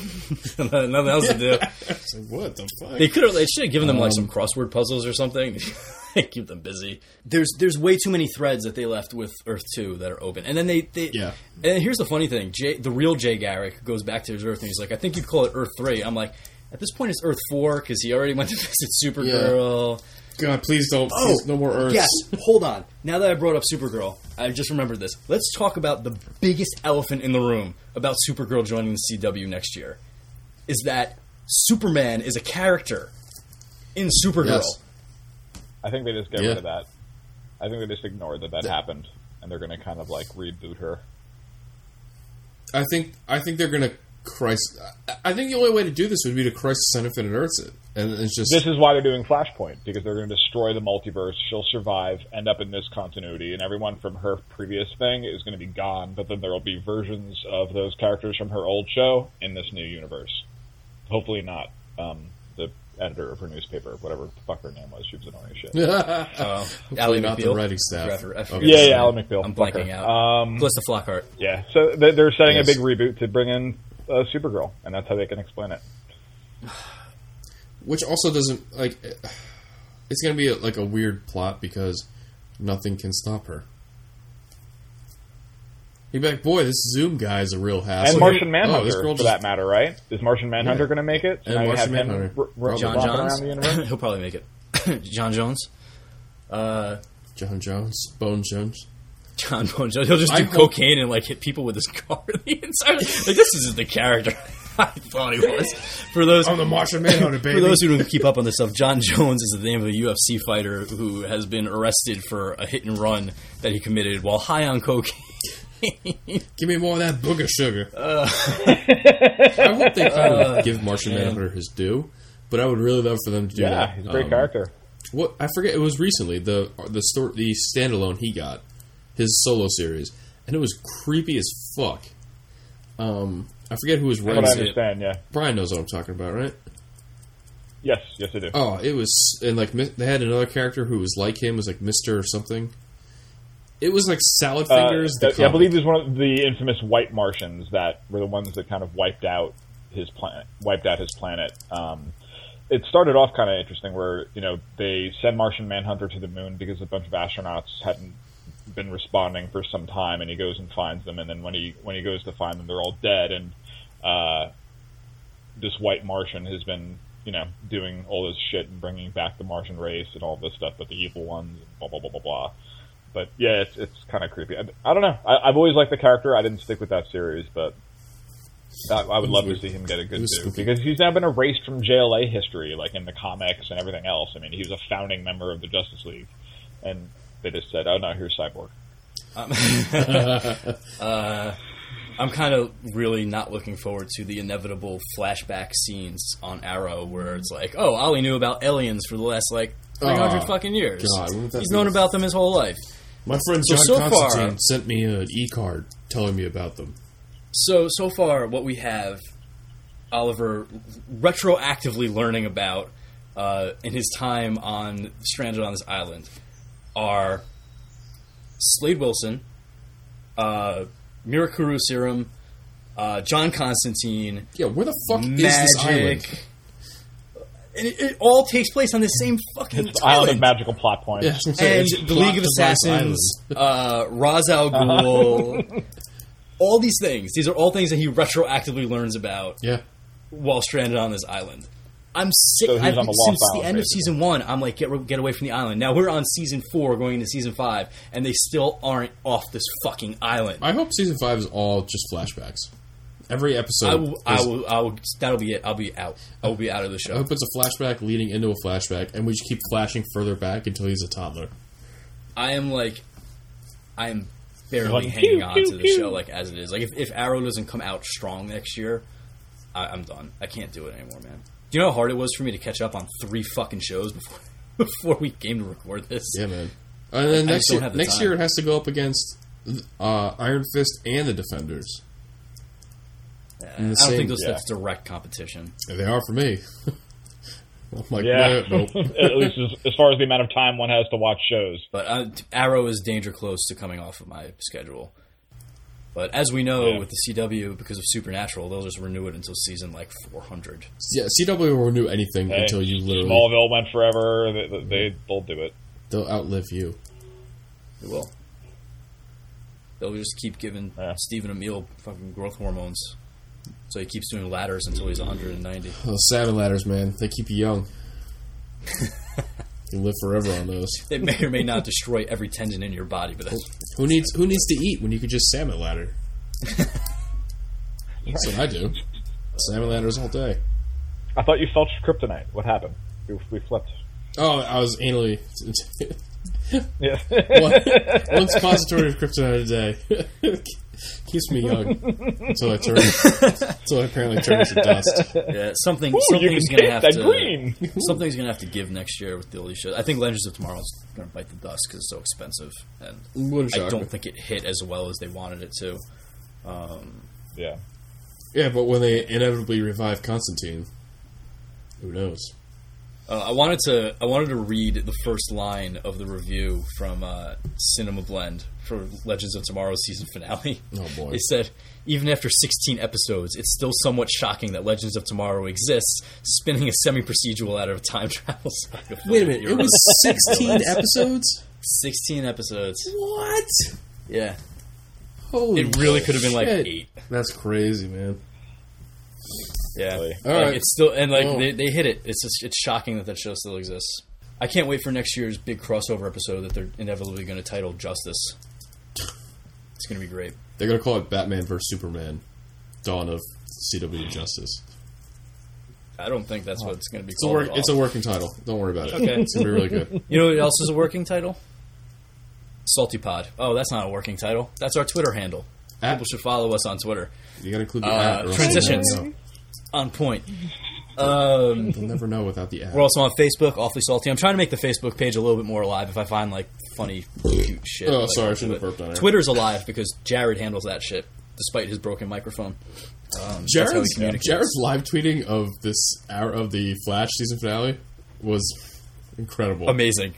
S2: nothing else to do.
S3: It's like, what the fuck?
S2: They could have. They should have given them like some crossword puzzles or something. Keep them busy. There's there's way too many threads that they left with Earth Two that are open, and then they, they
S3: Yeah.
S2: And here's the funny thing: Jay, the real Jay Garrick goes back to his Earth, and he's like, "I think you'd call it Earth 3. I'm like, at this point, it's Earth Four because he already went to visit Supergirl.
S3: God, please don't. please, no more Earths.
S2: Oh, Yes, hold on. Now that I brought up Supergirl, I just remembered this. Let's talk about the biggest elephant in the room about Supergirl joining the CW next year. Is that Superman is a character in Supergirl?
S3: Yes.
S4: I think they just get
S3: Yeah.
S4: rid of that. I think they just ignored that that happened, and they're going to kind of like reboot her.
S3: I think I think they're gonna Christ. I- I think the only way to do this would be to Crisis on Infinite Earths it, and it's just
S4: This is why they're doing Flashpoint because they're going to destroy the multiverse. She'll survive, end up in this continuity, and everyone from her previous thing is going to be gone. But then there will be versions of those characters from her old show in this new universe. Hopefully not um, the editor of her newspaper, whatever the fuck her name was. She was annoying as shit.
S2: Ally
S3: not the
S2: McBeal?
S3: writing staff.
S2: Forever, I
S3: of
S2: forget.
S4: Yeah, yeah, Alan McBeal.
S2: I'm
S4: Fuck her.
S2: blanking out.
S4: Um,
S2: Plus the Flockhart.
S4: yeah, so they- they're setting
S3: Yes.
S4: a big reboot to bring in uh, Supergirl, and that's how they can explain it.
S3: which also doesn't like it's going to be like a weird plot because nothing can stop her. You're like, boy, this Zoom guy is a real hassle.
S4: And Martian
S3: oh, this
S4: Manhunter,
S3: girl just,
S4: for that matter, right? Is Martian Manhunter
S3: Yeah.
S4: going to make it? So
S3: And
S4: now you
S3: Martian
S4: have him
S3: Manhunter.
S4: r- r-
S3: John
S2: John
S4: romping around the universe?
S2: Johns. He'll probably make it. John Jones.
S3: John Jones, Bone Jones.
S2: John Bon Jovi. He'll just do
S3: I hope-
S2: cocaine and like hit people with his car the entire. Like this isn't the character I thought he was. For those
S3: I'm the Martian Manhunter, baby.
S2: For those who don't keep up on this stuff, John Jones is the name of a UFC fighter who has been arrested for a hit and run that he committed while high on cocaine.
S3: Give me more of that booger sugar.
S4: Uh,
S3: I hope they kind of give Martian Manhunter his due, but I would really love for them to do
S4: Yeah,
S3: that.
S4: he's a great
S3: Um,
S4: character.
S3: What I forget it was recently the the story the standalone he got his solo series, and it was creepy as fuck. Um, I forget who was
S4: But I
S3: writing it.
S4: understand, yeah.
S3: Brian knows what I'm talking about, right?
S4: Yes, yes, I do.
S3: Oh, it was and like mi- they had another character who was like him, was like Mister or something. It was like Salad
S4: Uh,
S3: Oh, Fingers. the
S4: I- I
S3: comic.
S4: believe he's one of the infamous White Martians that were the ones that kind of wiped out his planet. Wiped out his planet. Um, it started off kind of interesting, where you know they sent Martian Manhunter to the moon because a bunch of astronauts hadn't been responding for some time, and he goes and finds them, and then when he when he goes to find them, they're all dead, and uh, this White Martian has been. You know, doing all this shit and bringing back the Martian race and all this stuff, but the evil ones, blah blah blah blah blah but yeah, it's it's kind of creepy. I, I don't know. I, I've always liked the character. I didn't stick with that series, but that, I would love to see him get a
S3: It
S4: good
S3: was
S4: do
S3: spooky.
S4: because he's now been erased from JLA history, like in the comics and everything else. I mean, he was a founding member of the Justice League, and they just said, "Oh no, here's Cyborg."
S2: Um, uh, I'm kind of really not looking forward to the inevitable flashback scenes on Arrow where it's like, oh, Ollie knew about aliens for the last like 300
S3: Oh,
S2: fucking years.
S3: God, wouldn't that
S2: He's
S3: be-
S2: known about them his whole life.
S3: my friend
S2: So,
S3: John
S2: so far-
S3: Constantine sent me an e card telling me about them.
S2: So so far, what we have Oliver retroactively learning about uh, in his time on stranded on this island are Slade Wilson, uh, Mirakuru Serum, uh, John Constantine,
S3: Yeah, where the fuck
S2: Magic.
S3: is this island?
S2: And it, it all takes place on the same fucking
S4: Island
S2: island.
S4: of magical plot points.
S3: Yeah, I was gonna say,
S2: and
S3: it's
S2: the League of
S3: Plot Device
S2: Assassins,
S3: Island.
S2: uh, Ra's al
S4: Uh-huh.
S2: Ghul, all these things. These are all things that he retroactively learns about
S3: Yeah,
S2: while stranded on this island. I'm sick.
S4: So he's
S2: I've,
S4: on the Lost
S2: since the
S4: Island,
S2: end of
S4: basically.
S2: season one, I'm like, get get away from the island. Now we're on season four, going into season five, and they still aren't off this fucking island.
S3: I hope season five is all just flashbacks. Every episode.
S2: I will, I
S3: is-
S2: will, I will, that'll be it. I'll be out. I will be out of the show.
S3: I hope it's a flashback leading into a flashback, and we just keep flashing further back until he's a toddler.
S2: I am like, I am barely
S4: Like,
S2: hanging
S4: pew,
S2: on
S4: pew,
S2: to the
S4: pew.
S2: show like as it is. Like if, if Arrow doesn't come out strong next year, I, I'm done. I can't do it anymore, man. Do you know how hard it was for me to catch up on three fucking shows before before we came to record this?
S3: Yeah, man. And then
S2: I just
S3: next
S2: don't
S3: year,
S2: have the
S3: next
S2: time.
S3: year it has to go up against uh, Iron Fist and the Defenders.
S2: Uh, I
S3: the
S2: don't
S3: same-
S2: think those
S4: yeah.
S2: that's direct competition.
S3: And they are for me. I'm like,
S4: Yeah,
S3: "Nah, nope.
S4: at least as, as far as the amount of time one has to watch shows.
S2: But uh, Arrow is danger close to coming off of my schedule. But as we know,
S4: Yeah.
S2: with the CW, because of Supernatural, they'll just renew it until season like 400.
S3: Yeah, CW will renew anything
S4: Hey,
S3: until you literally
S4: Smallville went forever. They, they, they will do it.
S3: they'll outlive you.
S2: They will. They'll just keep giving
S4: Yeah.
S2: Stephen Emile fucking growth hormones. So he keeps doing ladders until he's 190.
S3: Those salmon Oh, ladders, man, they keep you young. you live forever on those.
S2: They may or may not destroy every tendon in your body, but that's,
S3: Who needs who needs to eat when you could just salmon ladder? That's what I do. Salmon ladders all day.
S4: I thought you felt kryptonite. What happened? We, we flipped.
S3: Oh, I was anally
S4: Yeah.
S3: one, one suppository of kryptonite a day keeps me young until I turn until I apparently turn to dust.
S2: yeah, something
S4: Ooh, you can
S2: something's gonna
S4: taste
S2: have
S4: that
S2: to
S4: green.
S2: something's gonna have to give next year with the early shows. I think Legends of Tomorrow's gonna bite the dust because it's so expensive, and
S3: What a
S2: I
S3: shocker.
S2: don't think it hit as well as they wanted it to.
S4: Yeah.
S3: Yeah, but when they inevitably revive Constantine, who knows?
S2: Uh, I wanted to I wanted to read the first line of the review from uh, Cinema Blend for Legends of Tomorrow's season finale.
S3: Oh, boy.
S2: They said even after 16 episodes, it's still somewhat shocking that Legends of Tomorrow exists, spinning a semi-procedural out of a time travel saga.
S3: Wait a minute, it was sixteen episodes.
S2: 16 episodes.
S3: What?
S2: Yeah,
S3: Holy!
S2: it really could have been like
S3: shit.
S2: eight.
S3: That's crazy, man.
S2: Yeah,
S4: Really?
S3: All
S2: Like,
S3: right.
S2: it's still and like
S3: Oh.
S2: they, they hit it. It's just, it's shocking that that show still exists. I can't wait for next year's big crossover episode that they're inevitably going to title Justice. It's going to be great.
S3: They're gonna call it Batman vs Superman: Dawn of CW Justice.
S2: I don't think that's what it's going to be
S3: Oh. It's a
S2: called.
S3: work. It's a working title. Don't worry about it.
S2: Okay.
S3: It's gonna be really good.
S2: you know what else is a working title? Salty Pod. Oh, that's not a working title. That's our Twitter handle.
S3: At,
S2: People should follow us on Twitter.
S3: you gotta include the
S2: Uh,
S3: ad. or else
S2: transitions.
S3: They'll never, know.
S2: On point. Um,
S3: They'll never know without the ad.
S2: we're also on Facebook. Awfully salty. I'm trying to make the Facebook page a little bit more alive. If I find like funny, cute shit.
S3: oh,
S2: like,
S3: sorry, I
S2: I'll do
S3: shouldn't have
S2: it.
S3: burped on it.
S2: Twitter's alive because Jared handles that shit despite his broken microphone. Um, that's how he
S3: Jared's,
S2: communicates.
S3: Jared's live tweeting of this hour of the Flash season finale was incredible.
S2: amazing.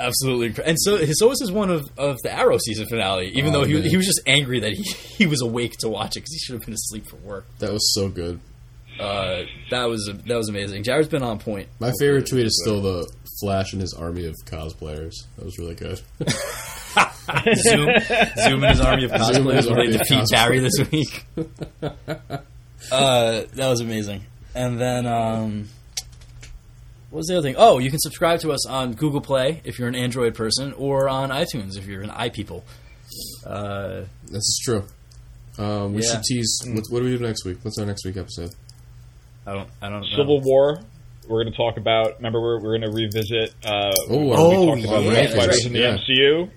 S2: Absolutely, incre- and so so was his one of, of the Arrow season finale. Even
S3: Oh,
S2: though he,
S3: man.
S2: he was just angry that he, he was awake to watch it because he should have been asleep for work.
S3: That was so good.
S2: Uh, that was that was amazing. Jared's been on point.
S3: My favorite tweet is still the Flash and his army of cosplayers. That was really good.
S2: Zoom, Zoom and his army of
S3: Zoom and his
S2: cosplayers when
S3: army
S2: they
S3: of
S2: defeat
S3: cosplayers.
S2: Barry this week. uh, that was amazing. And then, um, what was the other thing? Oh, you can subscribe to us on Google Play if you're an Android person, or on iTunes if you're an iPeople. Uh,
S3: This is true. Um, we
S2: Yeah.
S3: should tease. What, what do we do next week? What's our next week episode?
S2: I don't, I don't
S4: Civil
S2: know.
S4: War. We're going to talk about. Remember, we're, we're going to revisit. Uh,
S3: Oh,
S4: we
S3: oh,
S4: talked about
S2: yeah,
S4: the
S2: that's
S4: fighters
S3: right.
S4: in the
S3: Yeah.
S4: MCU.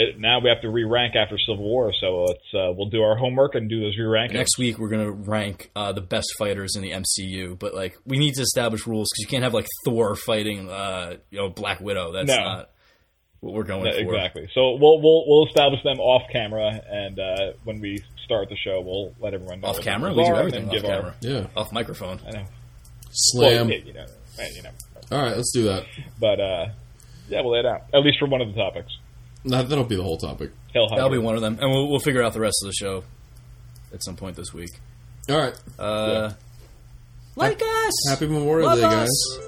S4: It, now we have to re-rank after Civil War, so let's uh, we'll do our homework and do those re-rankings.
S2: Next week we're gonna rank uh, the best fighters in the MCU, but like we need to establish rules because you can't have like Thor fighting, uh, you know, Black Widow. That's
S4: No.
S2: not what we're going
S4: Yeah,
S2: for.
S4: exactly. So we'll we'll we'll establish them off camera, and uh, when we start the show, we'll let everyone know
S2: Off
S4: what
S2: camera,
S4: those
S2: we do
S4: are and
S2: everything
S4: then
S2: off
S4: give our-
S2: camera,
S3: Yeah.
S2: off microphone.
S4: I know. Well,
S3: Slam.
S4: yeah, you know, right, you know.
S3: All right, let's do that.
S4: But uh, yeah, we'll lay it out at least for one of the topics.
S3: That, that'll be the whole topic.
S4: Hell,
S2: That'll be one of them, and we'll, we'll figure out the rest of the show at some point this week.
S3: All right.
S2: Uh, Like us,
S3: Happy Memorial
S2: Love
S3: Day, guys.
S2: us.